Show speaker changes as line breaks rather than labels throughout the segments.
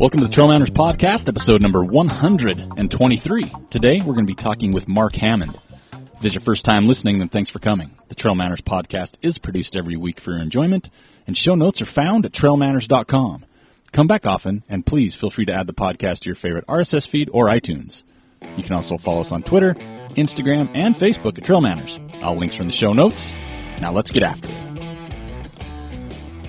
Welcome to the Trail Manners Podcast, episode number 123. Today, we're going to be talking with Mark Hammond. If this is your first time listening, then thanks for coming. The Trail Manners Podcast is produced every week for your enjoyment, and show notes are found at trailmanners.com. Come back often, and please feel free to add the podcast to your favorite RSS feed or iTunes. You can also follow us on Twitter, Instagram, and Facebook at Trail Manners. All links are in the show notes. Now, let's get after it.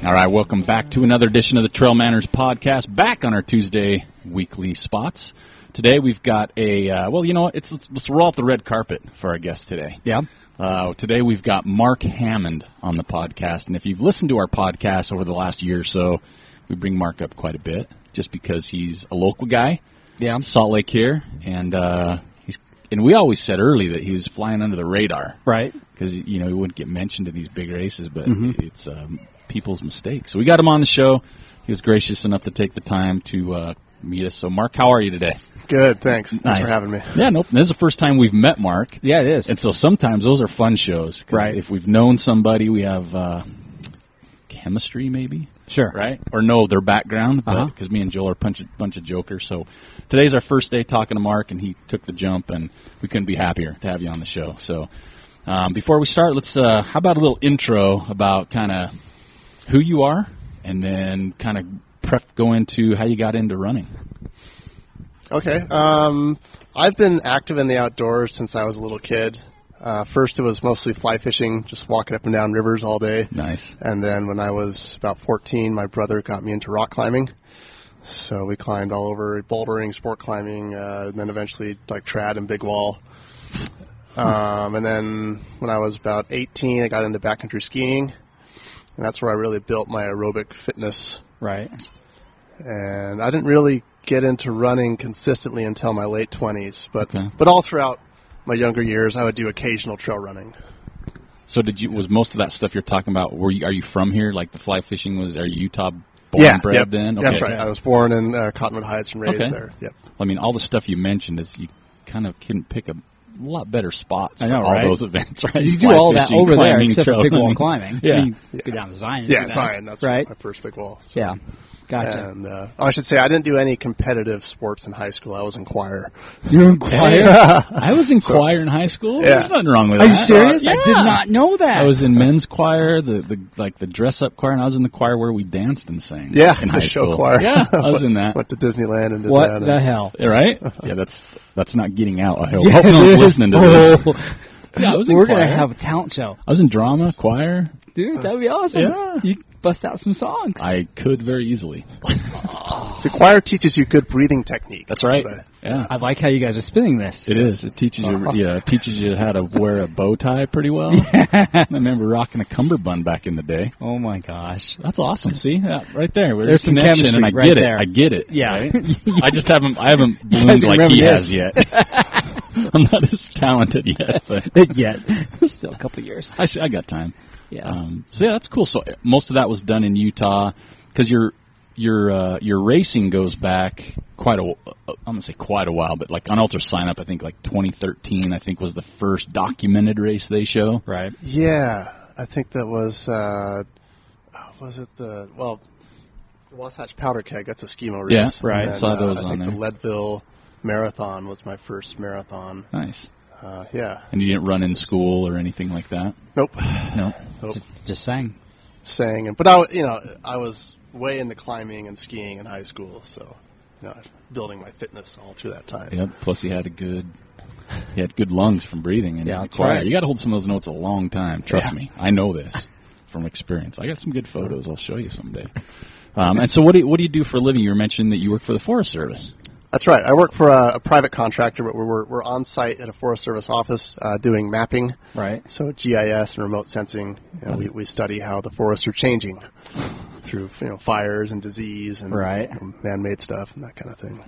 All right, welcome back to another edition of the Trail Manners podcast. Back on our Tuesday weekly spots. Today we've got a uh, well, you know, what, it's let's, let's roll out the red carpet for our guest today.
Yeah.
Uh, today we've got Mark Hammond on the podcast, and if you've listened to our podcast over the last year or so, we bring Mark up quite a bit just because he's a local guy,
Yeah.
Salt Lake here, and uh, he's and we always said early that he was flying under the radar
Right.
because you know he wouldn't get mentioned in these big races, but it's um, people's mistakes. So we got him on the show. He was gracious enough to take the time to uh, meet us. So Mark, how are you today?
Good. Thanks. Thanks
Nice.
for having me.
Yeah, nope. This is the first time we've met Mark,
Yeah, it is.
and so sometimes those are fun shows. 'cause
Right.
If we've known somebody, we have uh, chemistry, maybe.
sure.
Right or no, their background, because
Uh-huh.
me and Joel are a bunch of, bunch of jokers. So today's our first day talking to Mark, and he took the jump, and we couldn't be happier to have you on the show. So um, before we start, let's uh, how about a little intro about kind of who you are, and then kind of prep go into how you got into running.
Okay. Um, I've been active in the outdoors since I was a little kid. Uh, first, it was mostly fly fishing, just walking up and down rivers all day.
Nice.
And then when I was about 14, my brother got me into rock climbing. So we climbed all over bouldering, sport climbing, uh, and then eventually like trad and big wall. Um, and then when I was about 18, I got into backcountry skiing, and that's where I really built my aerobic fitness.
Right.
And I didn't really get into running consistently until my late 20s, but
Okay.
but all throughout my younger years, I would do occasional trail running.
So did you was most of that stuff you're talking about? Were you are you from here? Like the fly fishing was? Are you Utah born and bred?
yep.
Then
that's right. I was born in uh, Cottonwood Heights and raised
Okay.
there. Yep.
I mean, all the stuff you mentioned is you kind of couldn't pick a lot better spots
I know,
for all
right?
those events, right?
You do
Fly
all that
fishing,
over there
climbing,
except for
trail
big wall
running.
climbing.
Yeah.
I mean, you
Yeah.
go down to Zion. and
Yeah,
do that.
Zion. That's
right.
my first big wall. So-
Yeah, gotcha.
And uh, oh, I should say I didn't do any competitive sports in high school. I was in choir.
You're in
Choir? I was in choir in high school.
Yeah.
There's nothing wrong with
Are
that.
uh,
you serious?
Yeah.
I did not know that.
I was in men's choir, the, the like the dress up choir, and I was in the choir where we danced and sang.
Yeah,
in
the
high
show
school.
choir.
Yeah, I was in that.
Went to Disneyland and did
what
that.
the hell?
Yeah, Right? Yeah, that's that's not getting out. I hope.
Yeah,
hope no one's
it is.
listening to
Oh.
this. Yeah, I was in
We're
choir.
gonna have a talent show,
I was in drama choir.
dude. That'd be awesome.
Uh, Yeah.
You bust out some songs.
I could very easily.
And, so choir teaches you good breathing technique.
That's right.
But-
Yeah. Uh-huh.
I like how you guys are spinning this.
It is. It teaches you. Yeah, it teaches you how to wear a bow tie pretty well. I remember rocking a cummerbund back in the day.
Oh my gosh.
That's awesome. See, yeah, right there. There's,
There's some
connection, and I
chemistry right
get it.
there.
I get it.
Yeah.
right? I just haven't. I haven't bloomed
guys are
like he has
reminiscent.
yet. I'm not as talented yet, but
Yet, still a couple of years.
I, see, I got time.
Yeah.
Um, so yeah, that's cool. So uh, most of that was done in Utah because your your uh, your racing goes back quite a. wh- uh, I'm gonna say quite a while, but like on Ultra Sign Up, I think like 2013, I think was the first documented race they show.
Right.
Yeah, I think that was uh, was it the well, the Wasatch Powder Keg. That's a schemo race.
Yeah, right.
And then,
Saw
uh,
those
I
on
think
there.
the Leadville Marathon was my first marathon.
Nice.
Uh, yeah.
And you didn't run in school or anything like that.
Nope.
No.
Nope.
Just, just sang.
Saying and but I wa- you know I was way into climbing and skiing in high school, so you know I was building my fitness all through that time.
Yep. Plus he had a good. He had good lungs from breathing and
Yeah, that's
choir.
right.
You got to hold some of those notes a long time. Trust
Yeah.
me, I know this from experience. I got some good photos. I'll show you someday. Um, and so, what do you, what do you do for a living? You mentioned that you work for the Forest Service.
That's right. I work for a, a private contractor, but we're, we're, we're on site at a Forest Service office uh, doing mapping.
Right.
So GIS and remote sensing, you know, we, we study how the forests are changing through you know fires and disease and
Right.
you know, man-made stuff and that kind of thing.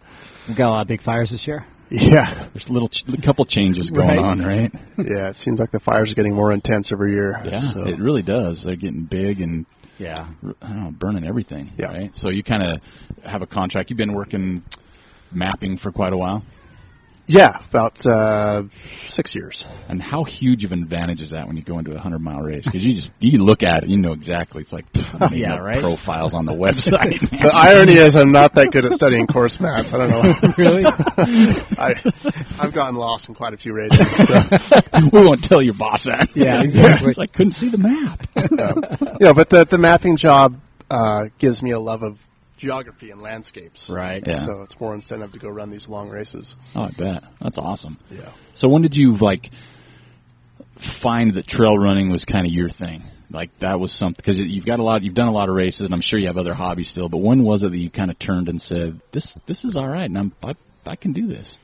We've got a lot of big fires this year.
Yeah,
There's a little ch- a couple changes going
Right.
on, right?
yeah. It seems like the fires are getting more intense every year.
Yeah,
So,
it really does. They're getting big and
Yeah.
r- I don't know, burning everything.
Yeah.
Right. So you kind of have a contract. You've been working mapping for quite a while.
yeah, about uh, six years.
And how huge of an advantage is that when you go into a hundred mile race? Because you just you look at it, you know exactly. It's like pff, I don't even
Yeah,
know
right.
profiles on the website. man.
The irony is, I'm not that good at studying course maps. I don't know.
really?
I, I've gotten lost in quite a few races. So.
we won't tell your boss that.
Yeah, exactly.
It's like, couldn't see the map.
you know, but the the mapping job uh, gives me a love of geography and landscapes.
Right.
Yeah.
So it's more incentive to go run these long races.
Oh, I bet that's awesome.
Yeah.
So when did you like find that trail running was kind of your thing? Like that was something because you've got a lot, you've done a lot of races, and I'm sure you have other hobbies still. But when was it that you kind of turned and said, "This, this is all right, and I'm, I, I can do this."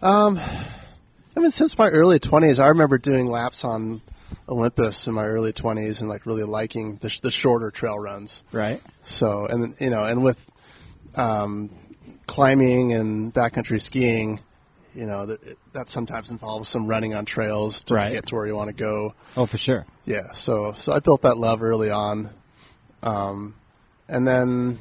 Um, I mean, since my early 20s, I remember doing laps on Olympus in my early 20s and like really liking the, sh- the shorter trail runs.
Right.
So and then, you know, and with um, climbing and backcountry skiing, you know, that that sometimes involves some running on trails just
Right.
to get to where you want to go.
Oh, for sure.
yeah so so i built that love early on um and then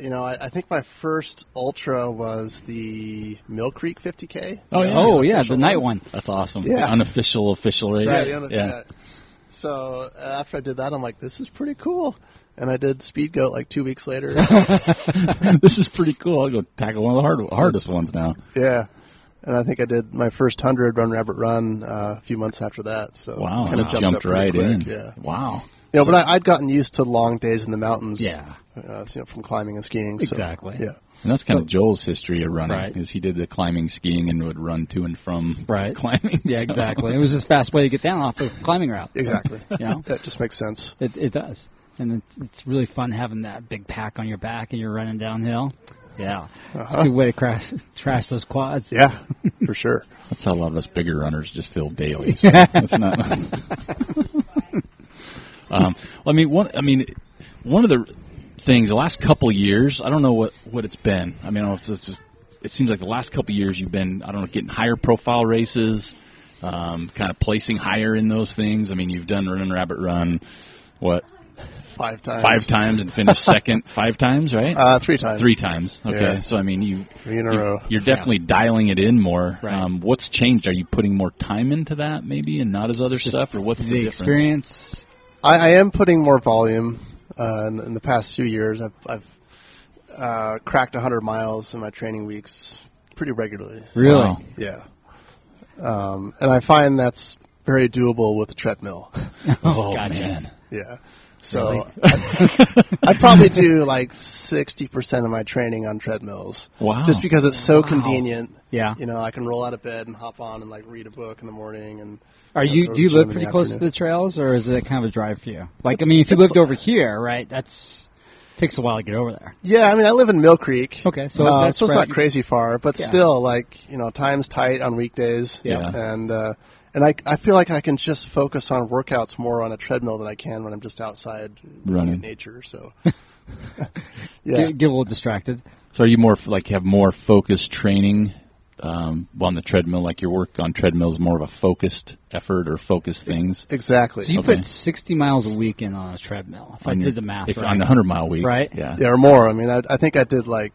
you know i, I think my first ultra was the mill creek 50k
Oh, yeah.
Oh yeah, the
Official
night one.
That's awesome.
Yeah.
The unofficial official race.
Right, yeah, yeah. so uh, after i did that i'm like this is pretty cool and i did speed goat like two weeks later
this is pretty cool. I'll go tackle one of the hard, hardest ones now.
yeah and i think i did my first hundred run rabbit run uh, a few months after that so
Wow,
kind of
you
jumped,
jumped,
up pretty
right
quick,
in.
yeah
Wow.
you know, but I, i'd gotten used to long days in the mountains
Yeah.
uh, you know, from climbing and skiing so,
Exactly.
yeah
And that's kind of Joel's history of running,
Right.
is he did the climbing, skiing, and would run to and from
Right.
climbing.
Yeah,
So-
exactly. It was this fast way to get down off the climbing route.
Exactly.
You know?
That just makes sense.
It, it does, and it's, it's really fun having that big pack on your back and you're running downhill. Yeah, it's a
Uh-huh.
good way to crash trash those quads.
Yeah, for sure.
That's how a lot of us bigger runners just feel daily. So that's not. um, well, I mean, one. I mean, one of the things the last couple of years. I don't know what what it's been. I mean, I don't know if it's just- it seems like the last couple of years you've been. I don't know, getting higher profile races, um, kind of placing higher in those things. I mean, you've done Run and Rabbit Run, what
Five times.
five times and finished second five times, right?
Uh, three times.
Three times. Okay,
Yeah.
so I mean, you
Three in a
you-
row.
You're definitely dialing it in more.
Right.
Um, what's changed? Are you putting more time into that maybe, and not as other stuff, or what's the,
The
difference?
experience.
I, I am putting more volume. Uh, in, in the past few years, I've, I've uh, cracked 100 miles in my training weeks pretty regularly.
Really?
Wow.
Yeah. Um, and I find that's very doable with a treadmill.
Oh
gotcha.
man.
Yeah. So
Really?
I, I probably do like 60% of my training on treadmills.
Wow.
Just because it's so
Wow.
convenient.
Yeah.
You know, I can roll out of bed and hop on and like read a book in the morning and
Are
know,
you
go
do
to
you
the gym
live
in
pretty
the
close to
afternoon.
the trails, or is it kind of a drive for you? Like, I
It's-
mean, if you
it's
lived
a-
over here, right? That's takes a while to get over there.
Yeah, I mean, I live in Mill Creek.
Okay, so
uh,
that's
so it's
right.
not crazy far, but
Yeah.
still, like you know, time's tight on weekdays.
Yeah.
and uh, and I I feel like I can just focus on workouts more on a treadmill than I can when I'm just outside
Running.
in nature. So yeah,
Get, get a little distracted.
So are you more f- like have more focused training? Um, on the treadmill, like your work on treadmill is more of a focused effort or focused things.
exactly.
So you
Okay.
put 60 miles a week in on a treadmill. If I
on
did
your-
the math
if-
right.
on the hundred mile week,
Right.
Yeah.
yeah, or more. I mean, I I think I did like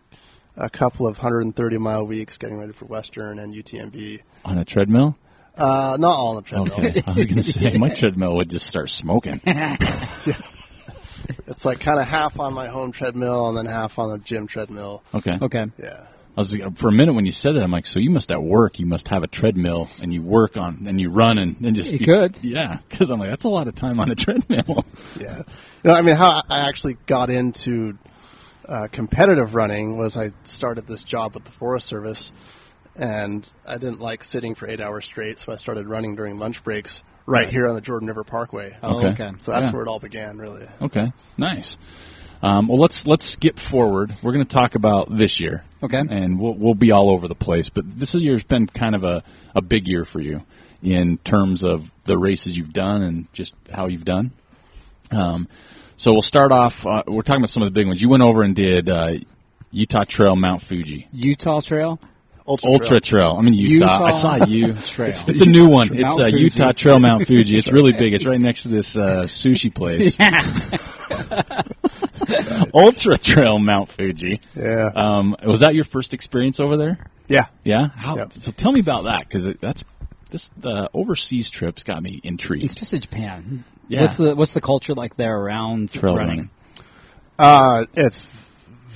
a couple of 130 mile weeks getting ready for Western and UTMB.
On a treadmill.
Uh, not all on the treadmill.
Okay, I was gonna say my treadmill would just start smoking.
It's like kind of half on my home treadmill and then half on the gym treadmill.
Okay.
Okay.
Yeah.
I was for a minute when you said that, I'm like, so you must at work, you must have a treadmill and you work on and you run and, and just
You could.
yeah, because I'm like that's a lot of time on a treadmill.
Yeah. No, I mean, how I actually got into uh, competitive running was I started this job with the Forest Service, and I didn't like sitting for eight hours straight, so I started running during lunch breaks, right, here on the Jordan River Parkway.
Oh,
Okay.
okay.
So that's
Yeah.
where it all began, really.
Okay, nice. Um, well, let's let's skip forward. We're going to talk about this year,
Okay.
and we'll we'll be all over the place. But this year's been kind of a a big year for you in terms of the races you've done and just how you've done. Um, so we'll start off. Uh, we're talking about some of the big ones. You went over and did uh, Utah Trail, Mount Fuji,
Utah Trail.
Ultra,
Ultra
Trail.
Trail. I mean Utah. I saw you.
Trail.
It's a new one. It's
Mount
uh,
Fuji.
Utah Trail, Mount Fuji. It's really big. It's right next to this uh, sushi place. Ultra Trail Mount Fuji.
Yeah.
Um, was that your first experience over there?
yeah.
Yeah. How,
Yep.
So tell me about that because that's this the overseas trips got me intrigued.
Especially Japan.
Yeah.
What's the what's the culture like there around
Trail running.
running?
Uh, it's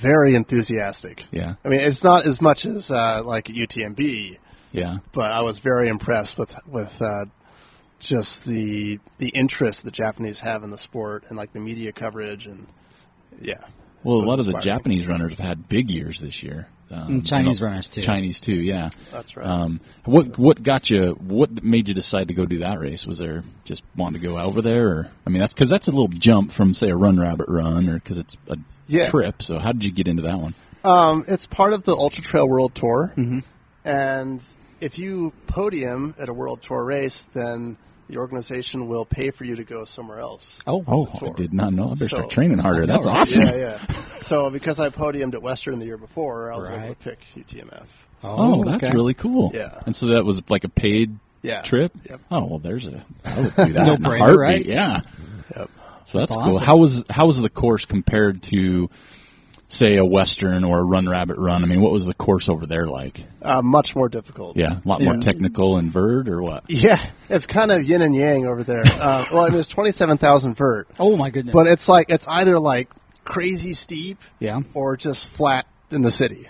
very enthusiastic.
Yeah.
I mean, it's not as much as uh, like UTMB,
Yeah.
but I was very impressed with with uh, just the the interest the Japanese have in the sport and like the media coverage and yeah,
Well, a
was
lot of the
inspiring. Mm,
Japanese runners have had big years this year. Um,
And Chinese
you know,
runners, too.
Chinese too. Yeah.
that's right.
Um, what what got you? What made you decide to go do that race? Was there just wanting to go over there? Or I mean, that's because that's a little jump from say a Run Rabbit Run, or because it's a
Yeah.
trip. So how did you get into that one?
Um, it's part of the Ultra Trail World Tour, and if you podium at a World Tour race, then the organization will pay for you to go somewhere else.
Oh,
Oh,
Sure.
I did not know. I better start
So-
training harder. That's
right?
awesome.
Yeah, yeah. so because I podiumed at Western the year before, I was able
Right.
to pick UTMF.
Oh, that's really cool.
Yeah.
And so that was like a paid
Yeah.
trip.
Yep.
Oh well, there's a I would do that in a
No-brainer,
heartbeat.
right?
Yeah.
Yep.
So that's,
That's
cool.
awesome.
How was how was the course compared to say a Western or a Run Rabbit Run? I mean, what was the course over there like?
Uh, much more difficult.
Yeah, a lot more
Yeah.
technical and verd or what?
Yeah, it's kind of yin and yang over there. Uh, well, I mean, it's twenty-seven thousand vert,
Oh my goodness.
but it's like it's either like crazy steep
yeah.
or just flat in the city.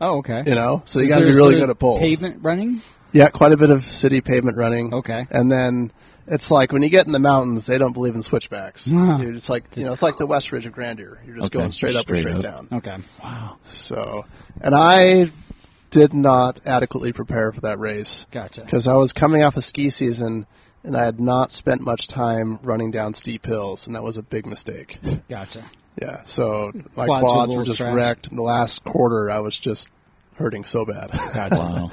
Oh, okay.
You know, so you
Is
got to be
there-
really
is there
good at both.
Pavement running.
Yeah, quite a bit of city pavement running.
Okay.
And then it's like when you get in the mountains, they don't believe in switchbacks.
Wow.
You're just like you know, it's like the West Ridge of Grandeur. You're just
Okay,
going straight up
straight
or
up.
straight down.
Okay.
Wow.
So, and I did not adequately prepare for that race
Gotcha.
because I was coming off a ski season and I had not spent much time running down steep hills, and that was a big mistake.
Gotcha.
Yeah, so my
Quads were a
quads,
little
were just
stretched.
wrecked. In the last quarter, I was just hurting so bad.
Wow.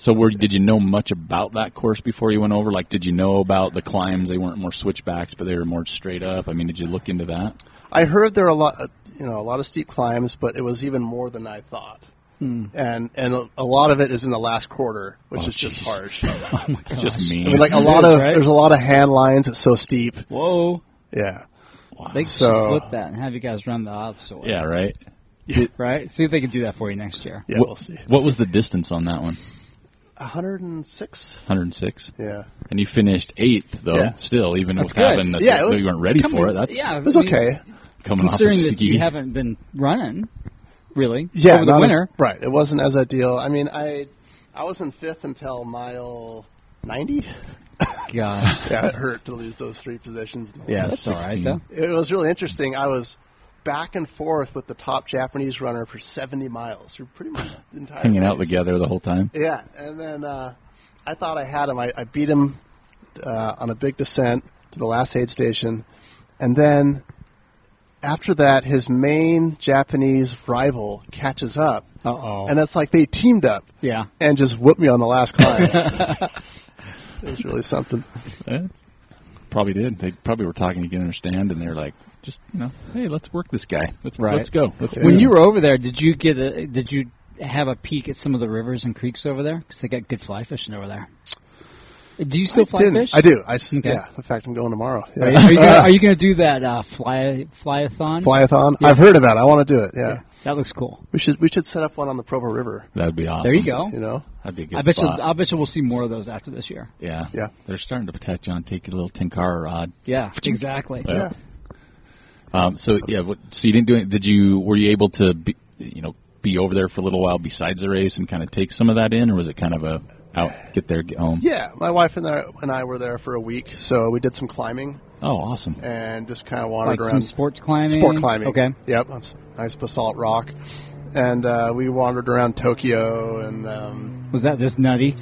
So were did you know much about that course before you went over? Like, did you know about the climbs? They weren't more switchbacks, but they were more straight up. I mean, did you look into that?
I heard there are a lot, uh, you know, a lot of steep climbs, but it was even more than I thought.
Hmm.
And and a- a lot of it is in the last quarter, which
Oh,
is just
jeez.
harsh.
It's just mean.
I mean, like a
It
lot
is,
of
right?
there's a lot of hand lines. It's so steep.
Whoa.
Yeah.
Wow.
They
So-
should flip that and have you guys run the obstacle.
yeah, right.
Right. See if they can do that for you next year.
Yeah,
what,
we'll see.
What was the distance on that one?
106.
106.
Yeah.
And you finished eighth though.
Yeah.
Still, even with
good.
having the
Yeah, it was-
you weren't ready
Coming-
for it. That's
yeah,
It was
I mean,
okay.
coming off
Considering
the
that
ski.
you haven't been running, really.
Yeah.
Over the
not as-
winter.
right. It wasn't as ideal. I mean, I I was in fifth until mile 90.
Gosh.
Yeah, it hurt to lose those three positions. in the
Yeah,
last
that's all right
16.
though.
It was really interesting. I was back and forth with the top Japanese runner for 70 miles through pretty much the entire
hanging out
race.
together the whole time.
Yeah, and then uh, I thought I had him. I, I beat him uh, on a big descent to the last aid station, and then after that, his main Japanese rival catches up,
Uh oh.
and it's like they teamed up
Yeah.
and just whooped me on the last climb. it was really something.
Eh, Probably did. They probably were talking. You can understand, and they're like, just you know, hey, let's work this guy. Let's
Right.
let's go. Let's
When
do
you
it."
were over there, did you get a did you have a peek at some of the rivers and creeks over there? Because they got good fly fishing over there. Do you still fly
Didn't-
fish?
I do. I s-
Okay.
yeah. In fact, I'm going tomorrow.
Are
Yeah.
you, are you gonna, are you gonna do that uh, fly flyathon?
Flyathon. I've heard about. it. I want to do it. Yeah.
That looks cool.
We should we should set up one on the Provo River.
That'd be awesome.
There you go.
You know.
That'd be a good
I bet
spot.
you. I bet you we'll see more of those after this year.
yeah.
Yeah.
They're starting to catch on. Take a little tinkara rod.
Yeah, exactly.
Yeah. Um, so yeah. What, so you didn't do it. Did you? Were you able to? Be, you know, be over there for a little while besides the race and kind of take some of that in, or was it kind of a out get there get home?
Yeah, my wife and I, and I were there for a week, so we did some climbing
Oh, awesome.
and just kind of wandered
Like
around.
some sports climbing.
Sport climbing.
Okay.
Yep, on s- nice basalt rock, and uh, we wandered around Tokyo and um,
Was that just nutty?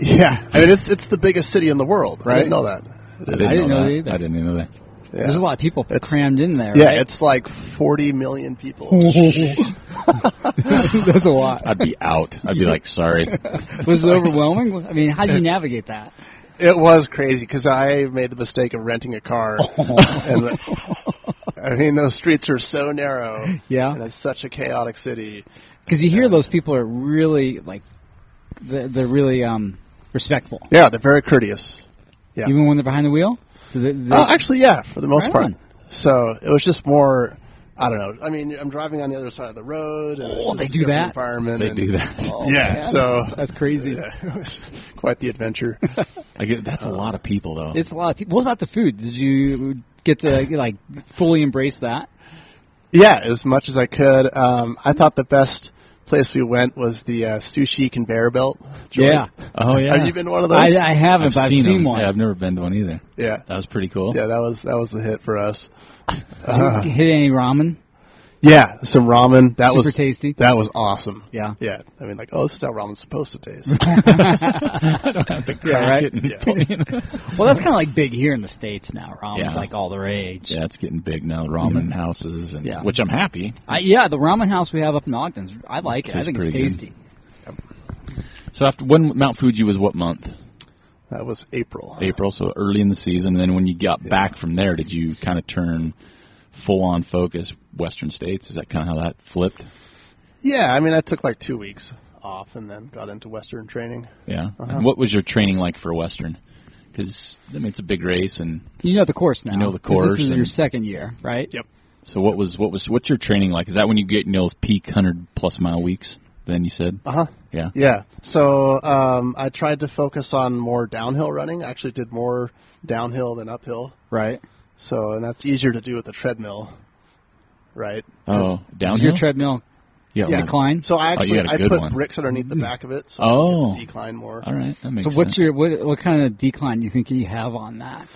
Yeah, I mean it's it's the biggest city in the world. I
Right.
didn't know that.
I didn't,
I didn't know
that.
that either.
I didn't know that.
Yeah.
There's a lot of people
It's-
crammed in there.
Yeah,
right? Hmm.
it's like 40 million people.
that's a lot.
I'd be out. I'd be like, sorry.
Was it overwhelming? I mean, how do you navigate that?
It was crazy because I made the mistake of renting a car. and the, I mean, those streets are so narrow.
Yeah.
and it's such a chaotic city.
Because you hear those people are really like, they're, they're really um respectful,
Yeah, they're very courteous. Yeah.
even when they're behind the wheel. So they, they,
Oh, actually, yeah, for the most
Right
part.
on.
So it was just more. I don't know. I mean, I'm driving on the other side of the road. And it's
Oh,
just
they
a
do
different
that?
Environment.
they
and-
do that.
Oh,
Yeah,
man.
so
that's crazy.
Yeah, it was quite the adventure.
I get, that's a lot of people, though.
It's a lot of people. What about the food? Did you get to like fully embrace that?
yeah, as much as I could. Um, I thought the best place we went was the uh, sushi conveyor belt. joint.
oh yeah.
Have you been to one of those?
I, uh, I haven't, but I've seen
them.
one.
Yeah, I've never been to one either.
yeah.
That was pretty cool.
Yeah, that was that was the hit for us.
Did you hit any ramen?
Yeah, some ramen. That
Super
was
tasty.
That was awesome.
Yeah.
Yeah. I mean, like, oh, this is how ramen's supposed to taste.
I don't have to crack
right?
it. And
Yeah.
pull it in.
Well, that's kind of like big here in the states now. Ramen's
Yeah.
like all the rage.
yeah, it's getting big now. Ramen houses, and
Yeah.
which I'm happy.
I, yeah, the ramen house we have up in Ogden's, I like it. I
Tastes
think it's
pretty good.
tasty.
So after when Mount Fuji was what month?
that was April.
April, so early in the season. And then when you got back from there, did you kind of turn full on focus Western states? Is that kind of how that flipped?
Yeah, I mean, I took like two weeks off and then got into Western training.
Yeah. And what was your training like for Western? Because I mean, it's a big race, and
You know the course now.
You know the
'cause
course
This is your
and-
second year, right?
Yep.
so what was what was what's your training like? Is that when you get you know those peak hundred plus mile weeks? Then you said,
Uh huh.
yeah,
Yeah. So um, I tried to focus on more downhill running. I actually did more downhill than uphill.
Right.
So, and that's easier to do with the treadmill, right?
oh
Does
downhill,
your treadmill
yeah,
Yeah.
decline?
So I
Oh, you
actually
got a
I
good
put
one.
bricks underneath the back of it, so
Oh.
it decline more.
All right, that makes
So
sense.
what's your what, what kind of decline you think you have on that?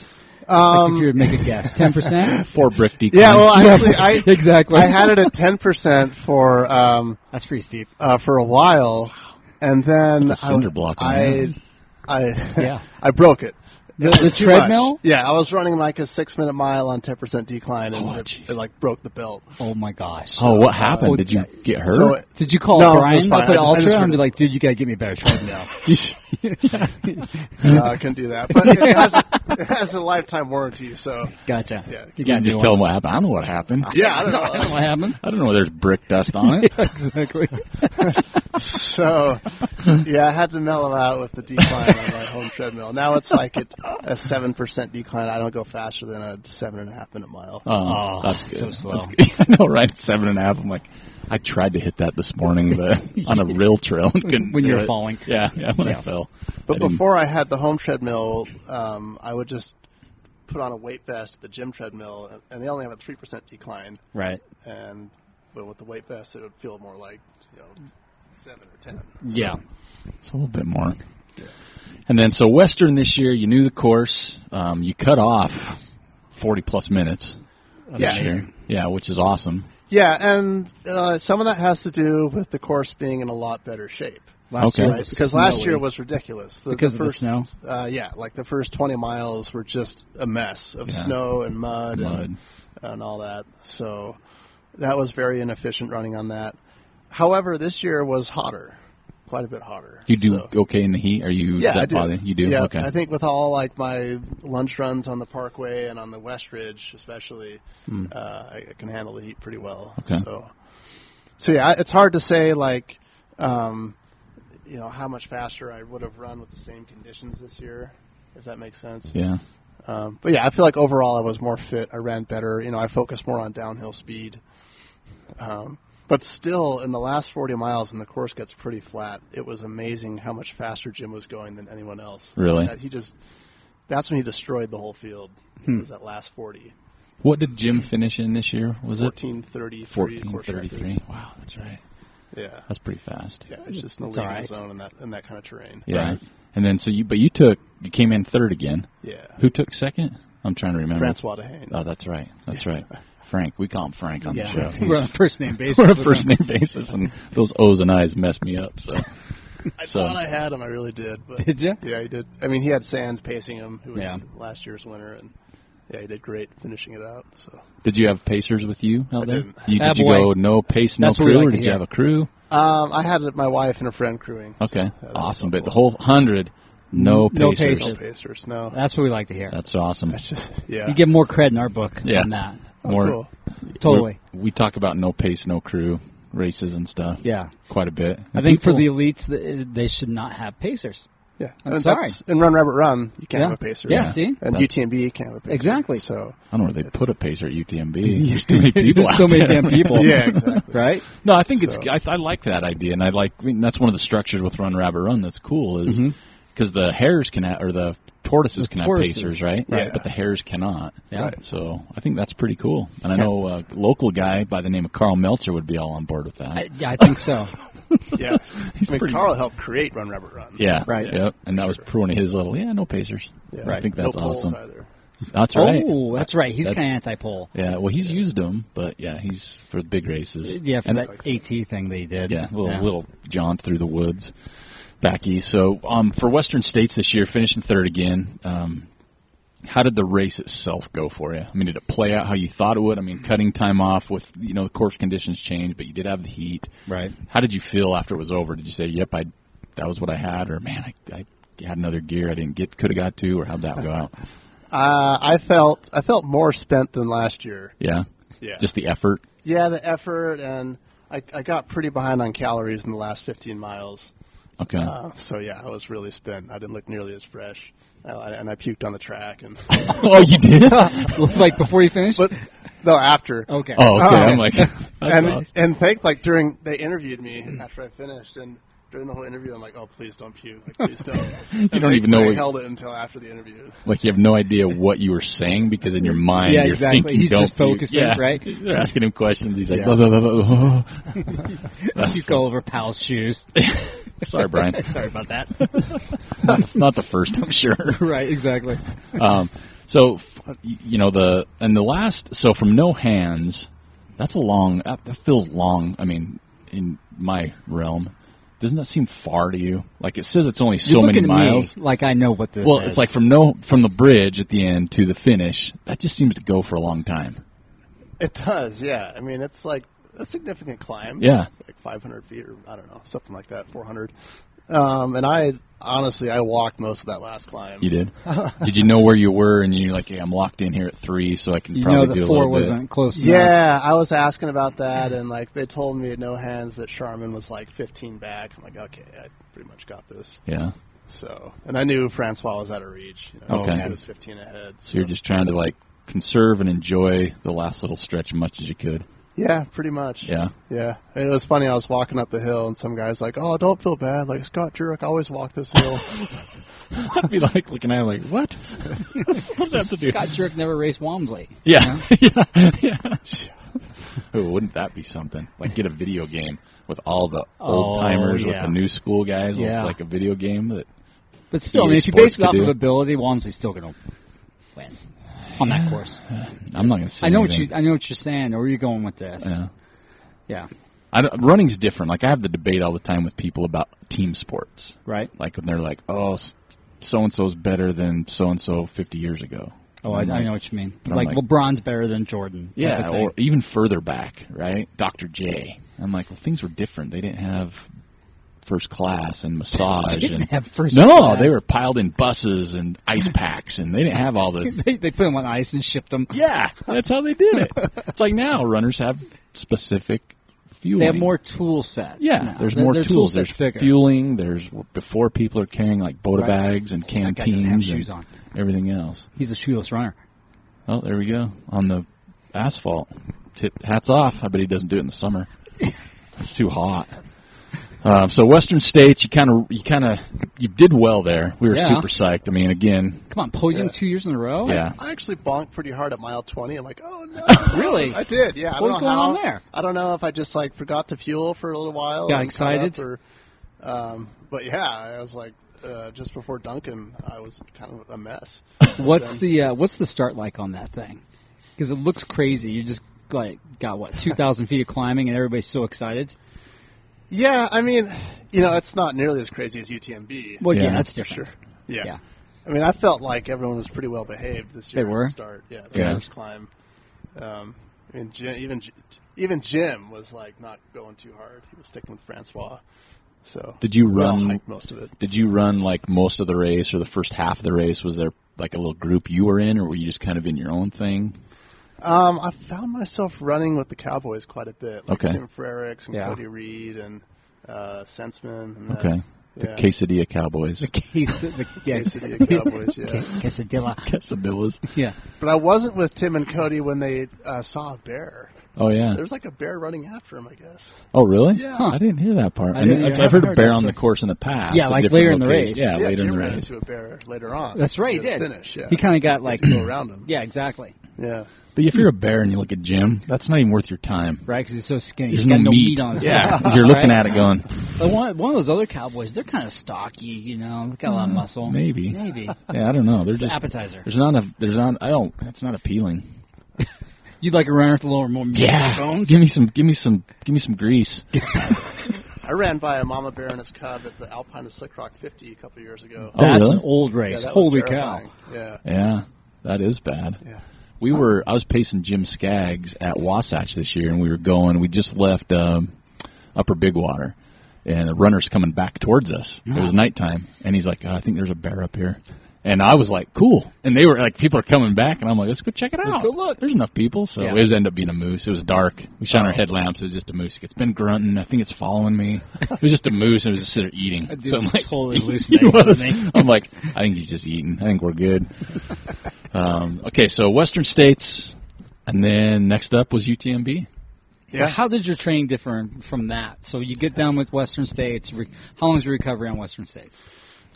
like if
Um,
you were to make a guess, ten percent.
four brick decline?
yeah, well, I actually, I
Exactly.
I had it at ten percent for um,
That's pretty steep.
uh, for a while, and then
Put a cinder
I,
block in
I, I,
Yeah.
I broke it.
The-
It was
the
too much.
treadmill?
Yeah, I was running like a six minute mile on ten percent decline, and
Oh,
it,
jeez.
it like broke the belt.
Oh my gosh.
oh, what happened? Did you get hurt?
So it-
Did you call
No, it's
Brian
fine.
up at
I just- I just
Ultra
heard
and be
it.
like, dude, you gotta get me a better treadmill?
No, I couldn't do that, but it has, it has a lifetime warranty, so
gotcha.
Yeah.
You
yeah,
gotta
just
do
tell
one.
them what happened. I don't know what happened.
yeah, I don't know.
I don't know what happened.
I don't know. There's brick dust on it.
exactly.
So, yeah, I had to mellow out with the decline on my home treadmill. Now it's like it, a seven percent decline. I don't go faster than a seven and a half minute mile.
Oh,
Oh,
that's good.
so slow.
That's good. I know, right? Seven and a half. I'm like, I tried to hit that this morning, but on a real trail and couldn't.
When
do
you were
it.
falling.
Yeah, yeah, when
Yeah.
I fell. I
But
didn't-
before I had the home treadmill, um, I would just put on a weight vest at the gym treadmill, and they only have a three percent decline.
Right.
And but with the weight vest, it would feel more like you know seven or ten.
Yeah.
It's a little bit more. And then, so Western this year, you knew the course. Um, you cut off 40 plus minutes this
Yeah.
year. Yeah, which is awesome.
Yeah, and uh, some of that has to do with the course being in a lot better shape.
Last
Okay.
year
Right,
Right,
was
because last
snowy.
year was ridiculous. The,
Because
the
of the
first,
snow?
Uh, yeah, like the first 20 miles were just a mess of
Yeah.
snow and mud,
Mud.
And, and all that. So that was very inefficient running on that. However, this year was hotter, quite a bit hotter.
You do
So-
okay in the heat? Are you? does
yeah,
that
I do.
bother you? You do?
Yeah,
okay.
I think with all like my lunch runs on the Parkway and on the West Ridge, especially, uh, I, I can handle the heat pretty well.
Hmm. Okay.
So, so yeah, I- it's hard to say like, um, you know, how much faster I would have run with the same conditions this year, if that makes sense.
yeah.
Um, but yeah, I feel like overall I was more fit. I ran better. You know, I focused more on downhill speed. Um, but still, in the last 40 miles, and the course gets pretty flat, it was amazing how much faster Jim was going than anyone else.
Really?
That he just. That's when he destroyed the whole field. Was that last 40,
What did Jim finish in this year? Was it
1433. course record.
14:33? Wow, that's right.
Yeah.
That's pretty fast.
Yeah, it's just in the
It's
league
all right.
zone in that in that kind of terrain.
Yeah.
Right.
And then so you but you took you came in third again.
Yeah.
Who took second? I'm trying to remember.
Francois Dehane.
Oh, that's right. That's right. Frank. We call him Frank on
Yeah.
the show.
We're on a first name basis.
We're on
with
a first
them.
name basis and those O's and I's messed me up, so
I
So-
thought I had him. I really did. But
Did ya?
Yeah, he did. I mean, he had Sands pacing him, who was
Yeah.
last year's winner, and yeah, he did great finishing it out. So
Did you have pacers with you out
I
there?
didn't.
You,
Ah,
did you
boy.
go no pace, no
That's what we
crew,
like
or
to
did you
hear.
have a crew?
um, I had my wife and a friend crewing. so
Okay,
that was
awesome. But the
helpful.
whole hundred, no
No
pacers.
pace.
no pacers. No.
Uh,
That's what we like to hear.
That's awesome.
yeah.
You get more cred in our book
Yeah.
than that.
Oh,
More
cool.
Totally.
We, we talk about no pace, no crew races and stuff.
Yeah.
quite a bit.
I
And
think for the
people-
elites, th- they should not have pacers.
Yeah.
I'm
and
sorry.
that's- And run, rabbit, run. You can't
Yeah.
have a pacer.
Yeah, see?
And
That's-
UTMB you can't have a pacer.
Exactly.
So
I don't know where they put a pacer at UTMB. There's too many people.
There's
out
so many
there.
damn people.
yeah, exactly.
Right?
No, I think it's.
So-
I, I like that idea, and I like. I mean, that's one of the structures with Run Rabbit Run that's cool is because the hares can ha- or the tortoises
Mm-hmm. The
can
tortoises.
have pacers, right?
Right.
But the hares cannot.
Yeah. Right.
So I think that's pretty cool, and I know a local guy by the name of Carl Meltzer would be all on board with that.
I, yeah, I think so.
Yeah.
He's
I mean,
pretty-
Carl helped create Run, Rabbit, Run.
yeah.
Right.
Yep. And that was one of his little. Yeah. No pacers.
Yeah.
I think
no
that's
poles
awesome.
Either.
That's right.
Oh, that's right. He's
That's-
kind of anti-pole.
Yeah, well, he's used them, but yeah, he's for big races.
Uh, Yeah, for
And-
that AT thing they did.
Yeah, little little jaunt through the woods back east. So um, for Western States this year, finishing third again. Um, how did the race itself go for you? I mean, did it play out how you thought it would? I mean, cutting time off with you know the course conditions changed, but you did have the heat.
Right.
How did you feel after it was over? Did you say, "Yep, I that was what I had," or "Man, I, I had another gear I didn't get, could have got to," or how'd that go out?
Uh, I felt I felt more spent than last year.
Yeah,
Yeah.
just the effort.
yeah, the effort and I, I got pretty behind on calories in the last 15 miles.
Okay.
Uh, so yeah, I was really spent. I didn't look nearly as fresh, uh, and I puked on the track. And
oh, you did.
like uh, before you finish?
but no, after.
okay.
Oh, okay.
Oh.
I'm like, that's
and
awesome.
and thank like during they interviewed me after I finished and. During the whole interview, I'm like, "Oh, please don't puke! Like, please don't." you
don't even know
They
what-
held it until after the interview.
like you have no idea what you were saying because in your mind
Yeah,
you're
exactly.
thinking,
He's
don't
just
puke.
focusing,
yeah.
right?
They're asking him questions. He's like,
Yeah.
"Blah, blah, blah, blah, blah."
you go over Pal's shoes.
sorry, Brian.
Sorry about that.
Not- Not the first, I'm sure.
right, exactly.
Um, so f- you know the and the last. So from no hands, that's a long. That, that feels long. I mean, in my realm, doesn't that seem far to you? Like it says it's only so
You're
many
looking at
miles.
Me like I know what this
Well,
is.
it's like from no from the bridge at the end to the finish. That just seems to go for a long time.
It does, yeah. I mean, it's like a significant climb.
Yeah.
like 500 feet or I don't know, something like that, 400. Um, and I honestly, I walked most of that last climb.
You did. did you know where you were? And you're like, hey, I'm locked in here at three, so I can
you know
probably
that
do a
four
little bit.
wasn't close enough.
Yeah, I was asking about that, and like they told me at no hands that Charmin was like 15 back. I'm like, okay, I pretty much got this.
Yeah.
So, and I knew Francois was out of reach. You know,
Okay.
he was 15 ahead.
So you're just trying to like conserve and enjoy the last little stretch as much as you could.
yeah, pretty much.
Yeah.
Yeah, and it was funny. I was walking up the hill, and some guy's like, "Oh, don't feel bad. Like Scott Jurek always walked this hill."
I'd be like looking at it like, what? what does that have to do?
Scott Jerk never raced Walmsley.
Yeah. yeah. yeah. Oh, wouldn't that be something? Like get a video game with all the old timers
Oh,
with
yeah.
the new school guys.
Yeah.
Like a video game that.
But still, I mean, if you
Sports
base it off
could
of
do.
ability, Walmsley's still going to win on that course.
I'm not gonna say.
I know what
anything.
you I know what you're saying. Where are you going with this?
Yeah.
Yeah.
I don't, running's different. Like I have the debate all the time with people about team sports.
Right.
Like when they're like, "Oh, so and so's better than so and so 50 years ago."
Oh, I, I know what you mean.
I'm
Like,
like-
LeBron's better than Jordan. type
Yeah,
of thing.
or even further back, right? Dr. J. I'm like, well, things were different. They didn't have first class and massage.
They didn't
and,
have first
No,
class.
they were piled in buses and ice packs, and they didn't have all the.
they, they put him on ice and shipped him.
yeah, that's how they did it. It's like now runners have specific fueling.
They have more tool set.
Yeah,
now.
there's
Their-
more
their
tools.
tool
There's
set's bigger.
fueling. There's before people are carrying like Bota
Right.
bags and
That guy doesn't
canteens
have
and
shoes on.
everything else.
He's a shoeless runner.
Oh, there we go on the asphalt. Tip, hats off. I bet he doesn't do it in the summer. it's too hot. Um, so Western States, you kind of, you kind of, you did well there. We were
Yeah.
super psyched. I mean, again,
Come on, podium
Yeah.
two years in a row.
yeah.
I actually bonked pretty hard at mile 20. I'm like, oh no.
Really?
I did, yeah. I
What
don't
was
know
going
how.
on there?
I don't know if I just like forgot to fuel for a little while.
Got
and caught
excited?
up Or, um, but yeah, I was like, uh, just before Duncan, I was kind of a mess.
What's the uh, what's the start like on that thing? Because it looks crazy. You just like got what two thousand feet of climbing, and everybody's so excited.
Yeah, I mean, you know, it's not nearly as crazy as UTMB.
Well, yeah,
Yeah.
that's
for
different.
sure. Yeah.
Yeah.
I mean, I felt like everyone was pretty well behaved this year.
They
at
were?
The start, yeah. The
Good.
first climb. Um, and Jim, even J- even Jim was like not going too hard. He was sticking with Francois. So
Did you
we all
run-
hiked most of it?
Did you run like most of the race or the first half of the race? Was there like a little group you were in, or were you just kind of in your own thing?
Um, I found myself running with the Cowboys quite a bit, like
Okay.
Tim Frericks and
Yeah.
Cody Reed and uh, Sensman. And that.
Okay. The
Yeah.
Quesadilla Cowboys.
The case, the, yeah,
Quesadilla Cowboys, yeah.
Ca- Quesadilla.
Quesadillas.
Yeah.
But I wasn't with Tim and Cody when they uh, saw a bear.
Oh yeah.
There's like a bear running after him, I guess.
Oh really?
Yeah.
I didn't hear that part.
I
I mean,
didn't
I've,
either.
I've heard
I
a
heard
bear
that
on the
story.
course in the past.
Yeah,
at
like
different
later in the
locations.
race.
Yeah,
yeah,
later
Jim
in the
ran
race.
into a bear later on.
That's right,
Near the
he did.
Finish, yeah.
He kind of got like. hmm.
go around him.
Yeah, exactly.
yeah.
But if you're a bear and you look at Jim, that's not even worth your time.
Right, because he's so skinny.
There's
he's
no,
got no
meat.
on his
yeah,
body.
you're looking at
Right?
it going.
But one, one of those other cowboys, they're kind of stocky, you know. They've got a lot of muscle.
Maybe.
Mm, Maybe.
Yeah, I don't know. They're just
appetizer.
There's not a. There's not. I don't. That's not appealing.
You'd like a runner with a little more meat on
Yeah.
his bones?
Give me some. Give me some. Give me some grease.
I ran by a mama bear and its cub at the Alpine to Slick Rock 50 a couple years ago.
Oh,
That's
really?
an old
yeah,
race.
that was
Holy cow.
terrifying. Yeah.
Yeah, that is bad.
Yeah.
We were. I was pacing Jim Skaggs at Wasatch this year, and we were going. We just left um, Upper Big Water, and the runner's coming back towards us. It was nighttime, and he's like, oh, "I think there's a bear up here." And I was like, "Cool!" And they were like, "People are coming back," and I'm like, "Let's go check it out.
go look."
There's enough people." So
Yeah. Oh.
it was end up being a moose. It was dark. We shone our headlamps. It was just a moose. It's been grunting. I think it's following me. It was just a moose, and it was just sitting there eating.
That dude
so I'm
was
like,
totally
he
hallucinating,
was.
wasn't he?
I'm like, I think he's just eating. I think we're good. Um, okay, so Western States, and then next up was UTMB.
Yeah.
How did your training differ from that? So you get down with Western States. Re- how long is your recovery on Western States?